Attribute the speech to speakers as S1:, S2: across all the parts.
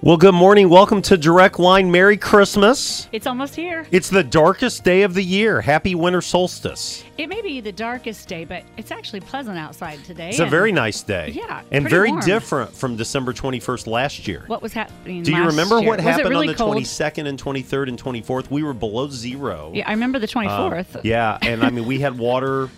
S1: Well, good morning. Welcome to Direct Line. Merry Christmas.
S2: It's almost here.
S1: It's the darkest day of the year. Happy winter solstice.
S2: It may be the darkest day, but it's actually pleasant outside today.
S1: It's a
S2: and
S1: very nice day.
S2: Yeah,
S1: And
S2: pretty
S1: very
S2: warm.
S1: different from December 21st last year.
S2: What was happening?
S1: Do you
S2: last
S1: remember
S2: year?
S1: what
S2: was it
S1: happened
S2: really
S1: on the
S2: cold?
S1: 22nd and 23rd and 24th? We were below zero.
S2: Yeah, I remember the twenty
S1: Um,
S2: fourth.
S1: yeah, and I mean, we had water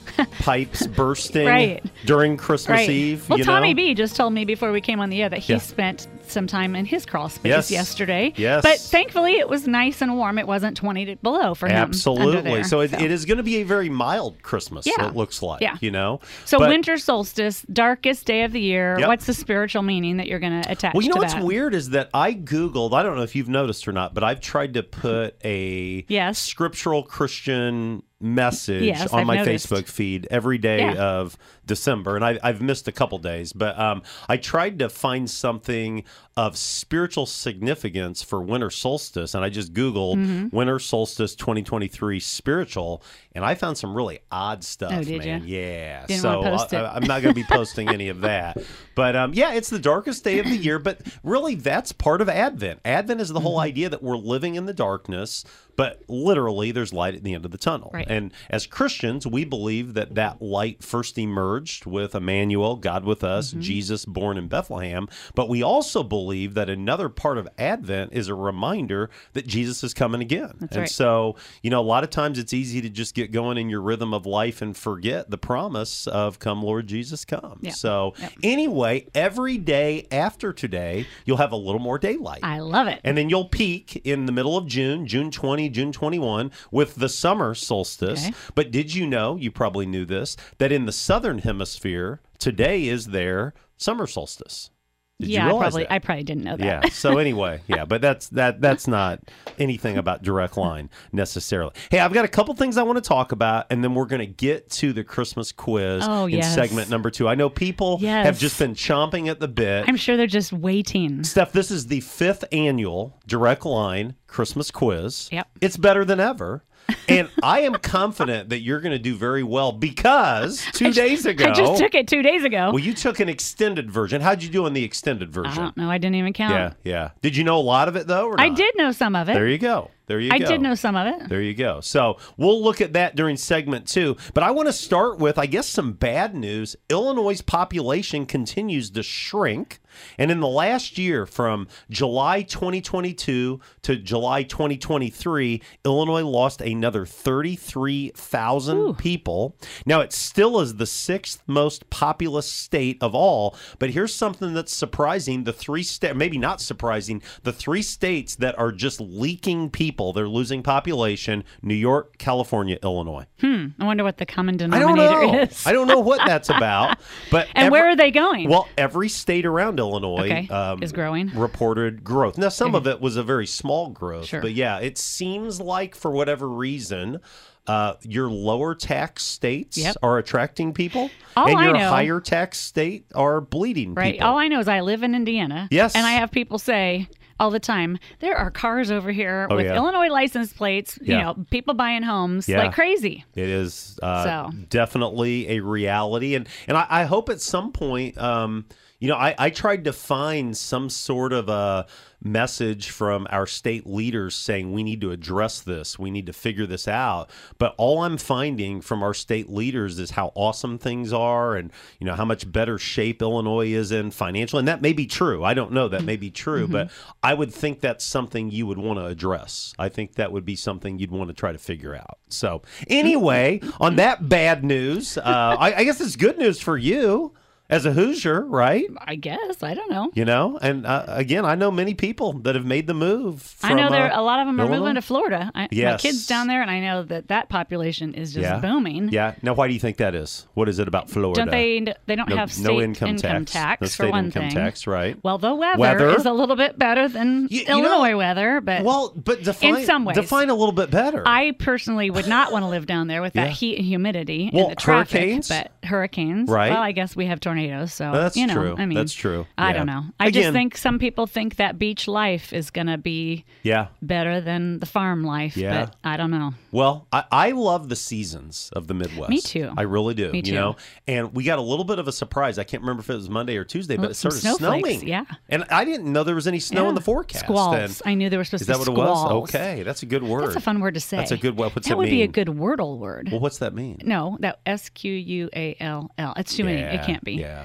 S1: pipes bursting
S2: Right.
S1: during Christmas
S2: Right.
S1: Eve.
S2: well,
S1: you
S2: Tommy
S1: know?
S2: B just told me before we came on the air that he
S1: Yeah.
S2: spent some time in his crawl space
S1: Yes.
S2: yesterday.
S1: Yes.
S2: But thankfully, it was nice and warm. It wasn't 20 to- below for him. under
S1: Absolutely.
S2: there,
S1: So it, it is going to be a very mild Christmas,
S2: Yeah.
S1: it looks like,
S2: Yeah.
S1: you know?
S2: So
S1: But-
S2: winter solstice, darkest day of the year.
S1: Yep.
S2: What's the spiritual meaning that you're going to attach
S1: Well, you know
S2: to
S1: what's
S2: that?
S1: weird is that I Googled, I don't know if you've noticed or not, but I've tried to put a
S2: Yes.
S1: scriptural Christian message
S2: Yes,
S1: on
S2: I've
S1: my
S2: noticed.
S1: Facebook feed every day
S2: Yeah.
S1: of December. And I, I've missed a couple days, but um, I tried to find something of spiritual significance for winter solstice. And I just Googled
S2: Mm-hmm.
S1: winter solstice 2023 spiritual, and I found some really odd stuff,
S2: Oh, did
S1: man.
S2: ya?
S1: Yeah.
S2: Didn't
S1: so
S2: wanna post
S1: I-
S2: it.
S1: I- I'm not going to be posting any of that. But um, yeah, it's the darkest day of the year. But really, that's part of Advent. Advent is the whole
S2: Mm-hmm.
S1: idea that we're living in the darkness, but literally, there's light at the end of the tunnel.
S2: Right.
S1: And as Christians, we believe that that light first emerged with Emmanuel, God with us,
S2: Mm-hmm.
S1: Jesus born in Bethlehem. But we also believe that another part of Advent is a reminder that Jesus is coming again. and
S2: right.
S1: so, you know, a lot of times it's easy to just get going in your rhythm of life and forget the promise of come, Lord Jesus, come.
S2: Yeah.
S1: So, anyway, every day after today, you'll have a little more daylight.
S2: I love it.
S1: And then you'll peak in the middle of June, June 20, June 21, with the summer solstice.
S2: Okay.
S1: But did you know, you probably knew this, that in the southern hemisphere, today is their summer solstice? Did
S2: yeah,
S1: you realize
S2: I probably
S1: that?
S2: I probably didn't know that.
S1: Yeah. So anyway, yeah, but that's that that's not anything about direct line necessarily. Hey, I've got a couple things I want to talk about and then we're going to get to the Christmas quiz
S2: Oh,
S1: in
S2: yes.
S1: segment number 2. I know people have
S2: Yes.
S1: just been chomping at the bit.
S2: I'm sure they're just waiting.
S1: Steph, this is the fifth annual Direct Line Christmas Quiz.
S2: Yep.
S1: It's better than ever. And I am confident that you're going to do very well because two days ago.
S2: I just took it two days ago.
S1: Well, you took an extended version. How'd you do on the extended
S2: I
S1: version?
S2: don't know. I didn't even count.
S1: Yeah, yeah. Did you know a lot of it, though? Or
S2: Uh-huh. I
S1: not?
S2: did know some of it.
S1: There you go. There you
S2: I
S1: go.
S2: did know some of it.
S1: There you go. So we'll look at that during segment two. But I want to start with, I guess, some bad news. Illinois' population continues to shrink. And in the last year, from July 2022 to July 2023, Illinois lost another 33,000 people. Now, it still is the sixth most populous state of all. But here's something that's surprising the three states, maybe not surprising, the three states that are just leaking people, they're losing population New York, California, Illinois.
S2: I wonder what the common
S1: I don't
S2: denominator
S1: know.
S2: is.
S1: I don't know what that's about. But
S2: and
S1: every-
S2: where are they going?
S1: Well, every state around Illinois um,
S2: Okay, is growing.
S1: Reported growth. Now, some of it was a very small growth,
S2: Sure.
S1: but yeah, it seems like for whatever reason, uh, your lower tax states
S2: Yep.
S1: are attracting people,
S2: All
S1: and
S2: I
S1: your
S2: know-
S1: higher tax state are bleeding
S2: right.
S1: people.
S2: All I know is I live in Indiana.
S1: Yes.
S2: And I have people say all the time, there are cars over here
S1: Oh,
S2: with
S1: yeah.
S2: Illinois license plates,
S1: Yeah.
S2: you know, people buying homes
S1: Yeah.
S2: like crazy.
S1: It is uh,
S2: So.
S1: definitely a reality, and and I, I hope at some point, um, you know, I, I tried to find some sort of a message from our state leaders saying we need to address this, we need to figure this out. But all I'm finding from our state leaders is how awesome things are, and you know how much better shape Illinois is in financial, and that may be true. I don't know. That may be true,
S2: Mm-hmm.
S1: but I would think that's something you would want to address. I think that would be something you'd want to try to figure out. So, anyway, on that bad news, uh, I, I guess it's good news for you. as a Hoosier, right?
S2: I guess. I don't know.
S1: You know, and uh, again, I know many people that have made the move. From,
S2: I know there
S1: uh,
S2: a lot of them are
S1: Illinois.
S2: moving to Florida. I, My
S1: Yes.
S2: kids down there, and I know that that population is just
S1: Yeah.
S2: booming.
S1: Yeah. Now, why do you think that is? What is it about Florida?
S2: Don't they? They don't
S1: no,
S2: have state
S1: no income, tax, no
S2: for
S1: state
S2: one
S1: income
S2: thing.
S1: tax, right?
S2: Well, the weather,
S1: Weather?
S2: is a little bit better than
S1: You- you know-
S2: Illinois weather, but
S1: Well, but define
S2: Uh, some ways.
S1: define a little bit better.
S2: I personally would not want to live down there with that
S1: Yeah.
S2: heat and humidity
S1: Well,
S2: and the traffic.
S1: hurricanes?
S2: But hurricanes,
S1: Right.
S2: Well, I guess we have tornadoes, so
S1: That's
S2: you know,
S1: true.
S2: I mean,
S1: That's true.
S2: I
S1: Yeah.
S2: don't know. I
S1: Again-
S2: just think some people think that beach life is going to be
S1: yeah.
S2: better than the farm life.
S1: Yeah.
S2: But I don't know.
S1: Well, I, I love the seasons of the Midwest.
S2: Me too.
S1: I really do.
S2: Me
S1: You
S2: too.
S1: know, and we got a little bit of a surprise. I can't remember if it was Monday or Tuesday, but
S2: Well,
S1: it
S2: some
S1: started
S2: snowflakes,
S1: snowing.
S2: yeah.
S1: and I didn't know there was any snow in
S2: Yeah.
S1: the forecast.
S2: Squalls.
S1: And
S2: I knew they were supposed
S1: is that
S2: to
S1: what
S2: be
S1: it was?
S2: squalls.
S1: Okay, that's a good word.
S2: That's a fun word to say.
S1: That's a good word. What's
S2: that
S1: it
S2: would be a
S1: mean?
S2: good wordle word.
S1: Well, what's that mean?
S2: no, that S Q U A L L. It's too many. It
S1: Yeah,
S2: can't be.
S1: Yeah,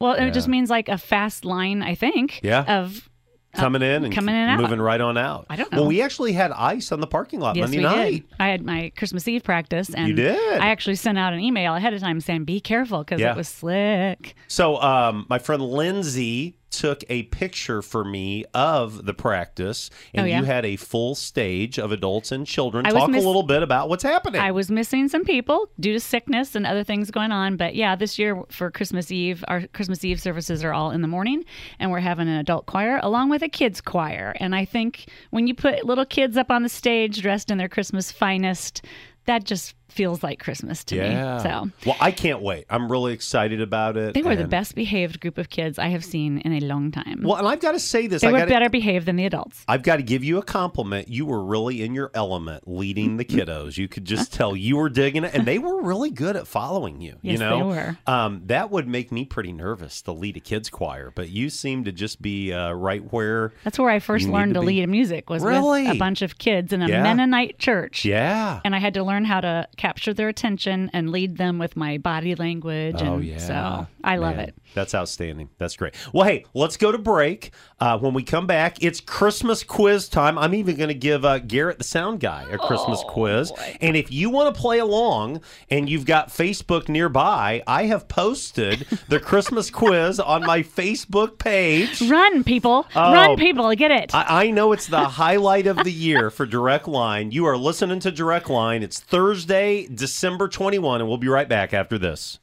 S2: Well, it just means like a fast line, I think.
S1: Yeah.
S2: Of
S1: coming in and
S2: Uh, coming in and out.
S1: moving right on out.
S2: I don't
S1: Well,
S2: know.
S1: we actually had ice on the parking lot
S2: yes,
S1: Uh, Monday
S2: we
S1: night.
S2: did. I had my Christmas Eve practice, and
S1: You did?
S2: I actually sent out an email ahead of time saying, "Be careful," because
S1: Yeah.
S2: it was slick.
S1: So, um, my friend Lindsay took a picture for me of the practice, and
S2: Oh, yeah?
S1: you had a full stage of adults and children.
S2: I was
S1: Talk
S2: miss-
S1: a little bit about what's happening.
S2: I was missing some people due to sickness and other things going on, but yeah, this year for Christmas Eve, our Christmas Eve services are all in the morning, and we're having an adult choir along with a kids choir. And I think when you put little kids up on the stage dressed in their Christmas finest, that just feels like Christmas to
S1: yeah.
S2: me. So
S1: well, I can't wait. I'm really excited about it.
S2: They were the
S1: and-
S2: best behaved group of kids I have seen in a long time.
S1: Well, and I've got to say this.
S2: they
S1: I
S2: were
S1: gotta-
S2: better behaved than the adults.
S1: I've got to give you a compliment. You were really in your element leading the kiddos. You could just tell you were digging it, and they were really good at following you. you
S2: Yes, they
S1: know,
S2: were.
S1: Um, that would make me pretty nervous to lead a kids choir, but you seem to just be uh, right where.
S2: That's where I first
S1: You need
S2: learned
S1: to
S2: to,
S1: be-
S2: lead music was
S1: Really?
S2: with a bunch of kids in a
S1: Yeah.
S2: Mennonite church.
S1: Yeah.
S2: And I had to learn how to capture their attention and lead them with my body language.
S1: Oh
S2: and
S1: yeah.
S2: So I love
S1: Man,
S2: it.
S1: That's outstanding. That's great. Well, hey, let's go to break. Uh, when we come back, it's Christmas quiz time. I'm even going to give uh, Garrett the sound guy a Christmas
S2: Oh,
S1: quiz. And if you want to play along and you've got Facebook nearby, I have posted the Christmas quiz on my Facebook page.
S2: Run, people. Run, people. Get it.
S1: Oh. I, I know it's the highlight of the year for Direct Line. You are listening to Direct Line. It's Thursday, December 21, and we'll be right back after this.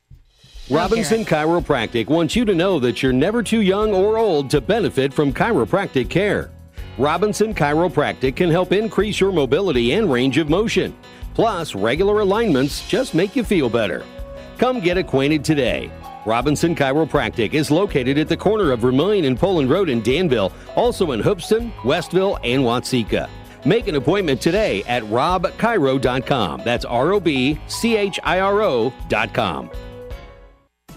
S3: Robinson Chiropractic wants you to know that you're never too young or old to benefit from chiropractic care. Robinson Chiropractic can help increase your mobility and range of motion. Plus, regular alignments just make you feel better. Come get acquainted today. Robinson Chiropractic is located at the corner of Vermillion and Poland Road in Danville, also in Hoopston, Westville, and Watsika. Make an appointment today at robchiro.com. That's R O B C H I R O.com.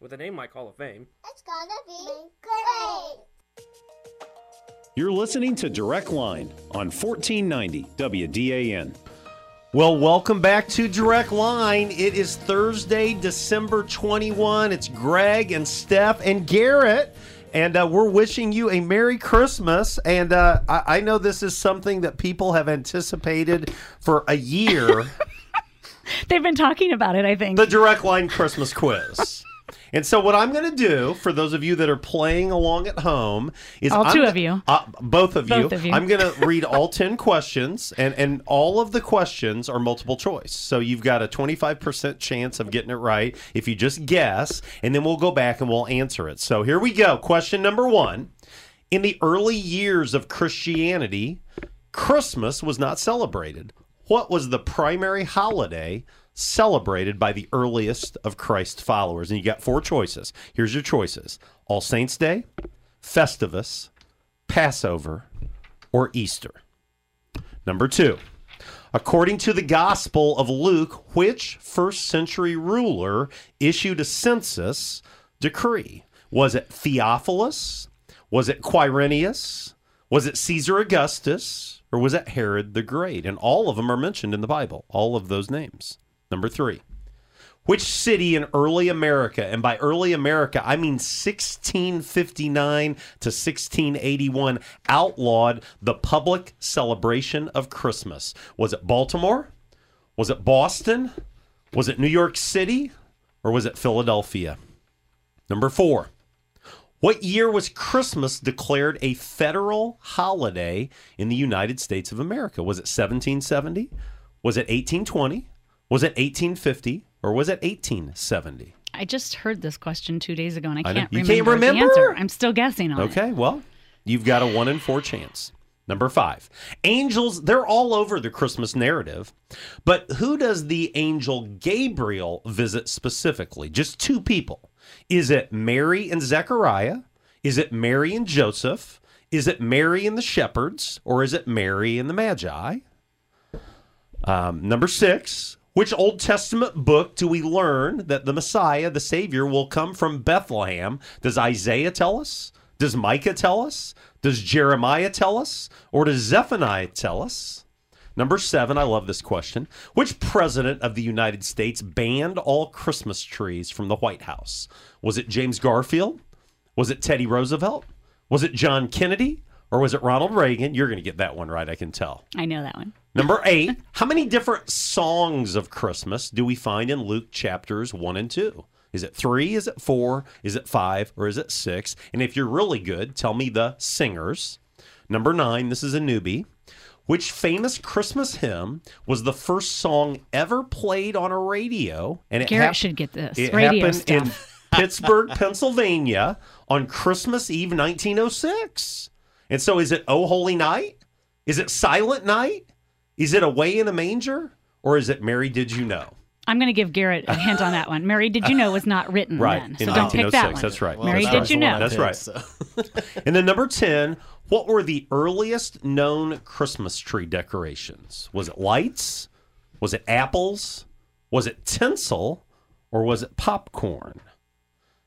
S4: With a name like Hall of Fame,
S5: It's gonna be great.
S6: You're listening to Direct Line on 1490 WDAN.
S1: Well, welcome back to Direct Line. It is Thursday, December 21. It's Greg and Steph and Garrett. And uh, we're wishing you a Merry Christmas. And uh, I, I know this is something that people have anticipated for a year.
S2: They've been talking about it, I think.
S1: the direct line Christmas quiz. And so, what I'm going to do for those of you that are playing along at home is
S2: All
S1: I'm
S2: two
S1: go-
S2: of you.
S1: uh, both of
S2: Both
S1: you,
S2: of you.
S1: I'm going to read all ten questions, and and all of the questions are multiple choice. So you've got a 25 percent chance of getting it right if you just guess, and then we'll go back and we'll answer it. So here we go. Question number one: In the early years of Christianity, Christmas was not celebrated. What was the primary holiday celebrated by the earliest of Christ's followers? And you got four choices. Here's your choices All Saints' Day, Festivus, Passover, or Easter. Number two, according to the Gospel of Luke, which first century ruler issued a census decree? Was it Theophilus? Was it Quirinius? Was it Caesar Augustus? Or was it Herod the Great? And all of them are mentioned in the Bible, all of those names. Number three, which city in early America, and by early America, I mean 1659 to 1681, outlawed the public celebration of Christmas? Was it Baltimore? Was it Boston? Was it New York City? Or was it Philadelphia? Number four, what year was Christmas declared a federal holiday in the United States of America? Was it 1770? Was it 1820? Was it 1850? Or was it 1870?
S2: I just heard this question two days ago, and I
S1: I know.
S2: can't,
S1: You
S2: remember,
S1: can't
S2: the
S1: remember?
S2: answer. I'm still guessing on it.
S1: Okay, well, you've got a one in four chance. Number five, angels, they're all over the Christmas narrative, but who does the angel Gabriel visit specifically? Just two people. Is it Mary and Zechariah? Is it Mary and Joseph? Is it Mary and the shepherds? Or is it Mary and the Magi? Um, number six, which Old Testament book do we learn that the Messiah, the Savior, will come from Bethlehem? Does Isaiah tell us? Does Micah tell us? Does Jeremiah tell us? Or does Zephaniah tell us? Number seven, I love this question. Which president of the United States banned all Christmas trees from the White House? Was it James Garfield? Was it Teddy Roosevelt? Was it John Kennedy? Or was it Ronald Reagan? You're going to get that one right, I can tell.
S2: I know that one.
S1: Number eight, how many different songs of Christmas do we find in Luke chapters one and two? Is it three? Is it four? Is it five? Or is it six? And if you're really good, tell me the singers. Number nine, this is a newbie. Which famous Christmas hymn was the first song ever played on a radio? And it
S2: Garrett
S1: hap-
S2: should get this.
S1: It
S2: Radio
S1: happened
S2: stuff.
S1: in Pittsburgh, Pennsylvania, on Christmas Eve, 1906. And so, is it "Oh Holy Night"? Is it "Silent Night"? Is it "Away in a Manger"? Or is it "Mary Did You Know"?
S2: I'm going to give Garrett a hint on that one. Mary, did you know was not written
S1: Right,
S2: then, Hmm. so
S1: in
S2: don't pick that
S1: 1906,
S2: one.
S1: that's right. Well,
S2: Mary,
S1: that
S2: did
S1: was
S2: you
S1: the one
S2: know?
S1: I That's right. And then number ten, what were the earliest known Christmas tree decorations? Was it lights? Was it apples? Was it tinsel? Or was it popcorn?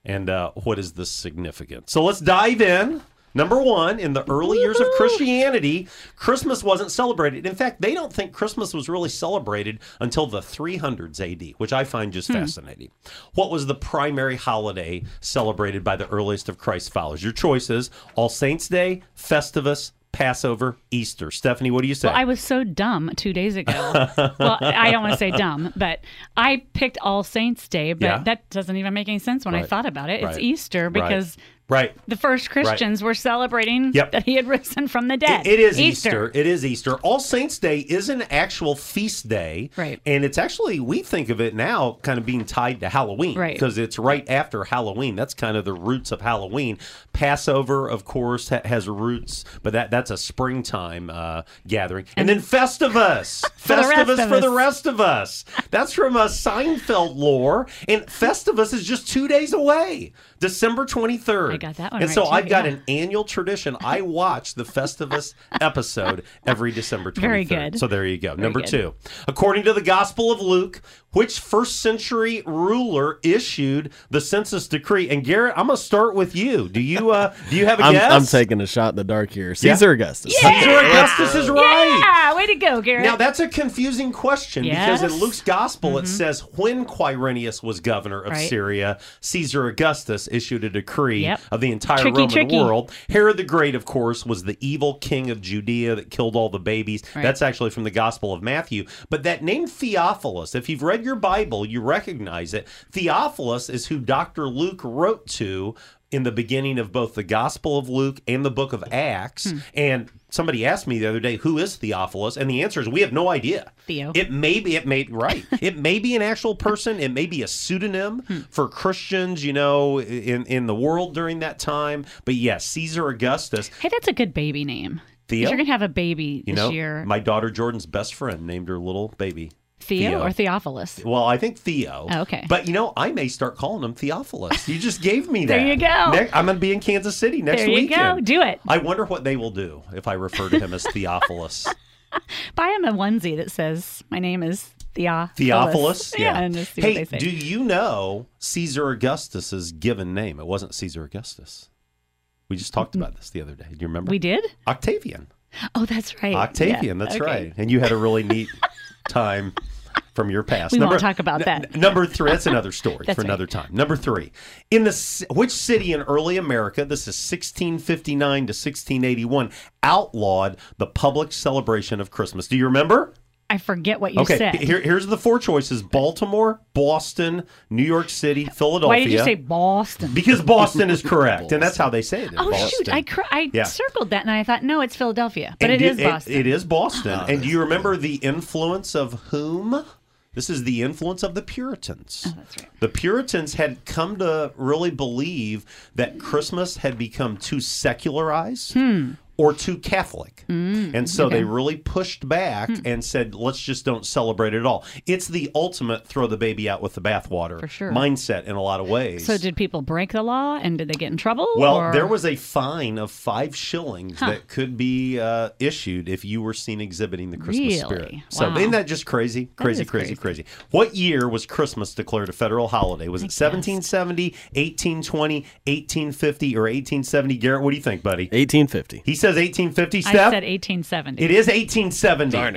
S1: And uh, what is the significance? So let's dive in. Number one, in the early years of Christianity, Christmas wasn't celebrated. In fact, they don't think Christmas was really celebrated until the 300s AD, which I find
S2: Hmm.
S1: just fascinating. What was the primary holiday celebrated by the earliest of Christ's followers? Your choices All Saints' Day, Festivus, Passover, Easter. Stephanie, what do you say?
S2: Well, I was so dumb two days ago. well, I don't want to say dumb, but I picked All Saints Day, but
S1: Yeah.
S2: that doesn't even make any sense when I
S1: Right.
S2: thought about it. It's
S1: Right.
S2: Easter
S1: Right.
S2: because
S1: right.
S2: the first Christians were celebrating
S1: Yep.
S2: that he had risen from the dead.
S1: It- it is Easter. It is Easter. All Saints Day is an actual feast day.
S2: Right.
S1: And it's actually, we think of it now kind of being tied to Halloween.
S2: Right.
S1: Because it's right after Halloween. That's kind of the roots of Halloween. Passover, of course, ha- has roots, but that that's a springtime uh, gathering. And, then Festivus.
S2: For the rest
S1: Festivus
S2: of
S1: for the
S2: us.
S1: rest of us. That's from a Seinfeld lore. And Festivus is just two days away, December 23rd.
S2: I got that one
S1: And
S2: right,
S1: so
S2: too,
S1: I've got
S2: yeah.
S1: an annual tradition. I watch the Festivus episode every December 23rd.
S2: Very good.
S1: So there you go. Number
S2: good.
S1: two. According to the Gospel of Luke, which first century ruler issued the census decree? And Garrett, I'm gonna start with you. Do you uh do you have a
S7: I'm,
S1: guess?
S7: I'm taking a shot in the dark here. Caesar Augustus.
S1: Caesar Augustus is right.
S2: Yeah, way to go, Garrett.
S1: Now that's a confusing question because in
S2: Yes. Mm-hmm.
S1: Luke's gospel it says when Quirinius was governor of
S2: Right.
S1: Syria, Caesar Augustus issued a decree
S2: Yep.
S1: of the entire
S2: Tricky,
S1: Roman
S2: tricky.
S1: world. Herod the Great, of course, was the evil king of Judea that killed all the babies.
S2: Right.
S1: That's actually from the Gospel of Matthew. But that name Theophilus, if you've read your Bible, you recognize it. Theophilus is who Dr. Luke wrote to in the beginning of both the Gospel of Luke and the book of Acts.
S2: Hmm.
S1: And somebody asked me the other day, who is Theophilus? And the answer is we have no idea.
S2: Theo.
S1: It may be it may right. it may be an actual person. It may be a pseudonym
S2: Hmm.
S1: for Christians, you know, in in the world during that time. But yes, Caesar Augustus,
S2: Hey, that's a good baby name.
S1: Theo?
S2: You're gonna have a baby
S1: you
S2: this
S1: know,
S2: year.
S1: my daughter Jordan's best friend named her little baby.
S2: Theo,
S1: Theo.
S2: or Theophilus.
S1: Well, I think Theo.
S2: Oh, okay.
S1: But you know, I may start calling him Theophilus. You just gave me that.
S2: There you go.
S1: Ne- I'm gonna be in Kansas City next
S2: there you
S1: weekend.
S2: go. Do it.
S1: I wonder what they will do if I refer to him as Theophilus.
S2: Buy him a onesie that says, "My name is Theophilus."
S1: Theophilus.
S2: Yeah. And just see
S1: hey,
S2: what they say.
S1: do you know Caesar Augustus's given name? It wasn't Caesar Augustus. We just talked about this the other day. Do you remember?
S2: we did?
S1: Octavian.
S2: Oh, that's right.
S1: Octavian.
S2: Yeah,
S1: That's
S2: okay.
S1: right. And you had a really neat time from your past.
S2: We won't talk about
S1: n-
S2: that.
S1: n- number three. That's another story
S2: That's
S1: for
S2: right.
S1: another time. Number three. In the ci- which city in early America? This is 1659 to 1681. Outlawed the public celebration of Christmas. Do you remember?
S2: I forget what you
S1: okay,
S2: said.
S1: here- here's the four choices: Baltimore, Boston, New York City, Philadelphia.
S2: Why did you say Boston?
S1: Because Boston is correct, and that's how they say it. in
S2: oh
S1: Boston.
S2: shoot! I cr- I
S1: Yeah.
S2: circled that and I thought, no, it's Philadelphia, but
S1: And
S2: it
S1: do-
S2: is Boston.
S1: it is Boston. and do you remember the influence of whom? This is the influence of the Puritans.
S2: Oh, that's right.
S1: The Puritans had come to really believe that Christmas had become too secularized
S2: Hmm.
S1: or too Catholic. and so they really pushed back
S2: Hmm.
S1: and said, let's just don't celebrate it at all. It's the ultimate throw the baby out with the bathwater
S2: For sure.
S1: mindset in a lot of ways.
S2: So did people break the law and did they get in trouble?
S1: Well,
S2: or-
S1: there was a fine of five shillings that could be uh, issued if you were seen exhibiting the Christmas
S2: Really?
S1: spirit. So,
S2: Wow.
S1: isn't that just crazy? Crazy,
S2: is
S1: crazy, crazy, What year was Christmas declared a federal holiday? Was it 1770, 1820, 1850, or 1870? Garrett, what do you think, buddy?
S7: 1850.
S1: He says 1850,
S2: I
S1: Steph?
S2: said 1870.
S1: It is 1870.
S2: I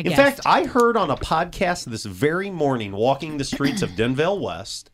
S1: In
S2: guessed.
S1: fact, I heard on a podcast this very morning, walking the streets of Denville West,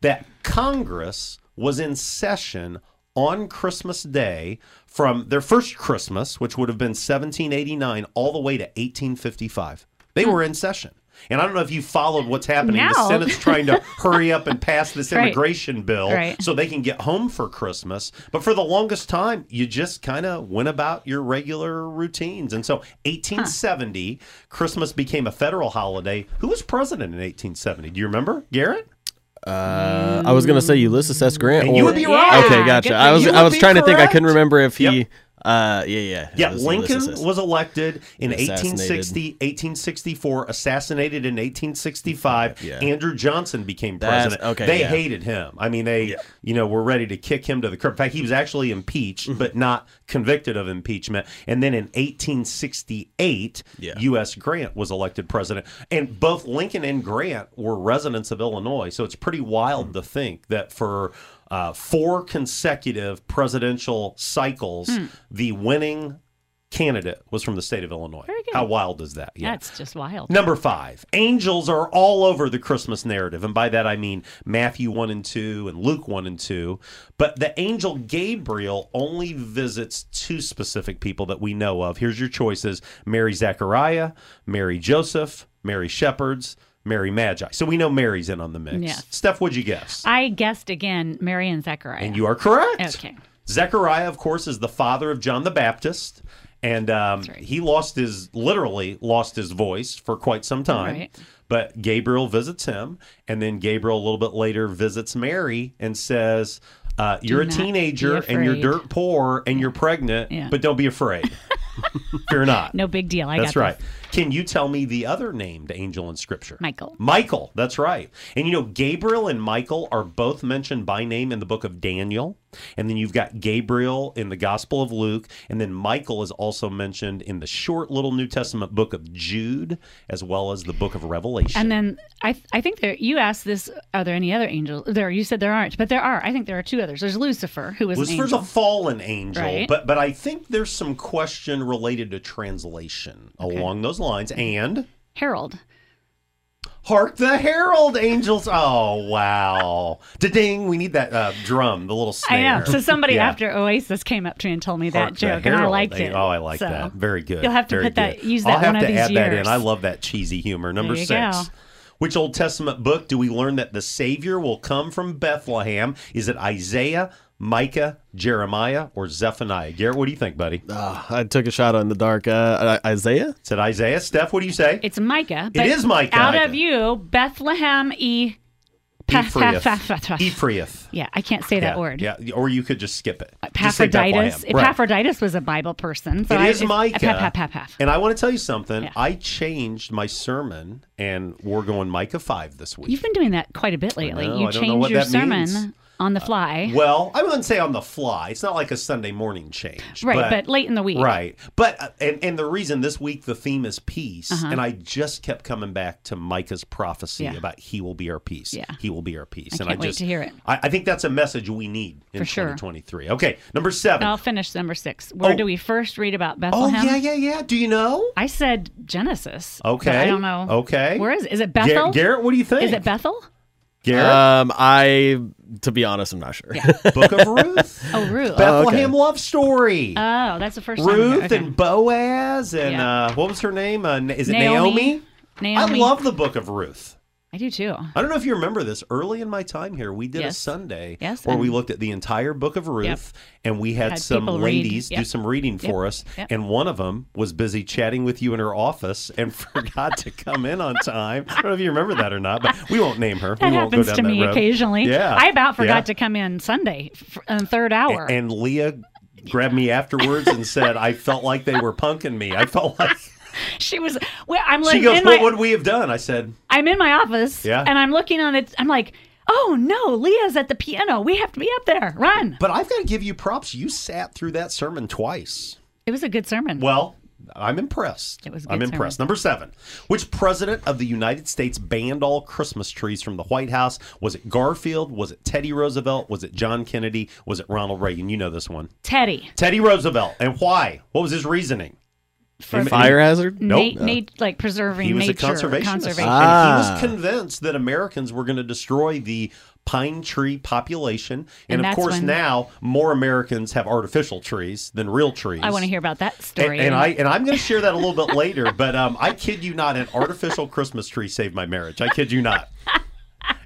S1: that Congress was in session on Christmas Day from their first Christmas, which would have been 1789, all the way to 1855. They were in session. And I don't know if you followed what's happening. The
S2: Hmm. Now-
S1: Senate's trying to hurry up and pass this
S2: Right.
S1: immigration bill
S2: Right.
S1: so they can get home for Christmas. But for the longest time, you just kind of went about your regular routines. And so 1870, Christmas became a federal holiday. Who was president in 1870? Do you remember, Garrett?
S7: Uh, I was gonna say Ulysses S. Grant.
S1: And you would be right.
S7: Okay,
S2: Yeah,
S7: gotcha.
S2: good
S7: I
S2: for
S7: was
S1: you. You
S7: I
S1: would
S7: was
S1: be
S7: trying to think. I couldn't
S1: correct.
S7: remember if he.
S1: Yep.
S7: Uh, yeah, yeah. it
S1: Yeah,
S7: was
S1: Lincoln
S7: Ulysses S.
S1: was elected in
S7: Assassinated.
S1: 1860, 1864, assassinated in 1865.
S7: Yeah.
S1: Andrew Johnson became
S7: That's-
S1: president.
S7: okay,
S1: they
S7: yeah.
S1: hated him. I mean, they, you know, were ready to kick him to the curb. In fact, he was actually
S7: Mm-hmm.
S1: impeached, but not convicted of impeachment. And then in 1868,
S7: Yeah.
S1: U.S. Grant was elected president. And both Lincoln and Grant were residents of Illinois. So it's pretty
S7: Mm.
S1: wild to think that for uh, four consecutive presidential cycles, the winning candidate was from the state of Illinois.
S2: Very good.
S1: How wild is that? Yeah.
S2: That's just wild.
S1: Number five, angels are all over the Christmas narrative. And by that, I mean Matthew 1 and 2 and Luke 1 and 2. But the angel Gabriel only visits two specific people that we know of. Here's your choices Mary Zachariah, Mary Joseph, Mary Shepherds, Mary Magi. So we know Mary's in on the mix.
S2: Yes.
S1: Steph, what'd you guess?
S2: I guessed again, Mary and Zachariah.
S1: and you are correct.
S2: Okay.
S1: Zechariah, of course, is the father of John the Baptist, and um,
S2: right.
S1: he lost his literally lost his voice for quite some time.
S2: Right.
S1: But Gabriel visits him, and then Gabriel a little bit later visits Mary and says, uh, "You're a
S2: not
S1: teenager,
S2: be
S1: and you're
S2: afraid."
S1: dirt poor, and you're pregnant,
S2: Yeah.
S1: but don't be afraid. Fear not."
S2: No big deal. I
S1: That's
S2: got
S1: right.
S2: This.
S1: Can you tell me the other named angel in Scripture?
S2: Michael.
S1: Michael, that's right. And you know, Gabriel and Michael are both mentioned by name in the book of Daniel. And then you've got Gabriel in the Gospel of Luke. And then Michael is also mentioned in the short little New Testament book of Jude, as well as the book of Revelation.
S2: And then I, th- I think there. You asked this. Are there any other angels? There. You said there aren't, but there are. I think there are two others. There's Lucifer, who was an
S1: Lucifer's
S2: angel.
S1: a fallen angel,
S2: Right.
S1: but but I think there's some question related to translation along those lines. And
S2: Harold.
S1: Hark the Herald Angels. Oh, wow. Da-ding. We need that uh, drum, the little snare.
S2: I know. So somebody
S1: Yeah.
S2: after Oasis came up to me and told me
S1: Hark
S2: that
S1: the
S2: joke, and I
S1: Herald
S2: liked
S1: Angels.
S2: it.
S1: Oh, I like
S2: So
S1: that. Very good.
S2: You'll have to
S1: Very
S2: put that-
S1: good.
S2: use that
S1: I'll have
S2: one
S1: to
S2: of these
S1: add that in.
S2: years.
S1: I love that cheesy humor. Number
S2: There you
S1: six.
S2: go.
S1: Which Old Testament book do we learn that the Savior will come from Bethlehem? Is it Isaiah, Micah, Jeremiah, or Zephaniah? Garrett, what do you think, buddy?
S7: Ah, I took a shot in the dark. Uh, I- Isaiah?
S1: Said Isaiah. Steph, what do you say?
S2: It's Micah. but
S1: is Micah.
S2: Out of
S1: Micah.
S2: you, Bethlehem e. pa- pa- pa- pa- pa-
S1: Ephraeth.
S2: Yeah, I can't say that
S1: Yeah,
S2: word.
S1: Yeah, or you could just skip it. Just say
S2: Epaphroditus.
S1: Bethlehem. Right.
S2: Epaphroditus was a Bible person. So
S1: It
S2: I, uh,
S1: is Micah.
S2: Epap, pap, pap, pap.
S1: And I want to tell you something.
S2: Yeah.
S1: I changed my sermon, and we're going Micah 5 this week.
S2: You've been doing that quite a bit lately.
S1: know, I
S2: you
S1: don't know
S2: change
S1: what
S2: your
S1: that
S2: sermon
S1: means. Uh,
S2: on the fly.
S1: well, I wouldn't say on the fly. It's not like a Sunday morning change.
S2: right, but, late in the week.
S1: Right. But uh, and and the reason this week the theme is peace, and I just kept coming back to Micah's prophecy
S2: Uh-huh. Yeah.
S1: about he will be our peace.
S2: Yeah.
S1: He will be our peace.
S2: I
S1: and
S2: can't
S1: I
S2: wait
S1: just
S2: to hear it.
S1: I, I think that's a message we need in
S2: For sure.
S1: 2023. Okay, number 7.
S2: I'll finish number six. Where
S1: Oh.
S2: do we first read about
S1: oh,
S2: Bethlehem?
S1: yeah, yeah, yeah. Do you know?
S2: I said Genesis. but
S1: Okay.
S2: I don't know.
S1: Okay.
S2: Where is it? Is it
S1: Gar-
S2: Bethel?
S1: Garrett, what do you think?
S2: Is it Bethel?
S1: Garrett,
S7: Um, I, to be honest, I'm not sure.
S1: Book of Ruth.
S2: Oh, Ruth.
S1: Bethlehem love story.
S2: oh, that's the first time.
S1: Ruth
S2: okay.
S1: and Boaz and
S2: Yeah.
S1: uh, what was her name? Uh, Na- is it Naomi?
S2: Naomi.
S1: I
S2: Naomi.
S1: love the Book of Ruth.
S2: I do too.
S1: I don't know if you remember this. Early in my time here, we did a
S2: Yes.
S1: Sunday
S2: Yes,
S1: where we
S2: and-
S1: looked at the entire book of Ruth,
S2: Yep.
S1: and we had,
S2: Had
S1: some
S2: people read.
S1: ladies do
S2: Yep.
S1: some reading for us.
S2: Yep.
S1: And one of them was busy chatting with you in her office and forgot to come in on time. I don't know if you remember that or not, but we won't name her.
S2: That
S1: we won't go
S2: happens
S1: down
S2: to
S1: that
S2: me
S1: road.
S2: occasionally.
S1: Yeah,
S2: I about forgot
S1: yeah.
S2: to come in Sunday, f- in third
S1: A-
S2: hour.
S1: And Leah grabbed me afterwards and said, "I felt like they were punking me. I felt like."
S2: she was. Well, I'm
S1: She
S2: like
S1: goes,
S2: in
S1: "What
S2: my,
S1: would we have done?" I said,
S2: I'm in my office.
S1: Yeah.
S2: And I'm looking on it. I'm like, oh no, Leah's at the piano. We have to be up there. Run.
S1: "But I've got to give you props. You sat through that sermon twice.
S2: It was a good sermon.
S1: Well." I'm impressed.
S2: It was a
S1: I'm
S2: good
S1: impressed. Number seven. Which president of the United States banned all Christmas trees from the White House? Was it Garfield? Was it Teddy Roosevelt? Was it John Kennedy? Was it Ronald Reagan? You know this one.
S2: Teddy.
S1: Teddy Roosevelt. And why? What was his reasoning?
S2: For
S7: Fire hazard?
S2: Nate,
S1: Nope.
S2: Nate, like preserving
S1: He was
S2: nature,
S1: a conservationist.
S2: conservation.
S7: Ah.
S1: And he was convinced that Americans were going to destroy the pine tree population. And,
S2: And
S1: of
S2: that's
S1: course,
S2: when-
S1: now more Americans have artificial trees than real trees.
S2: I want to hear about that
S1: And,
S2: story.
S1: and I and I'm going to share that a little bit later, but um, I kid you not, an artificial Christmas tree saved my marriage. I kid you not.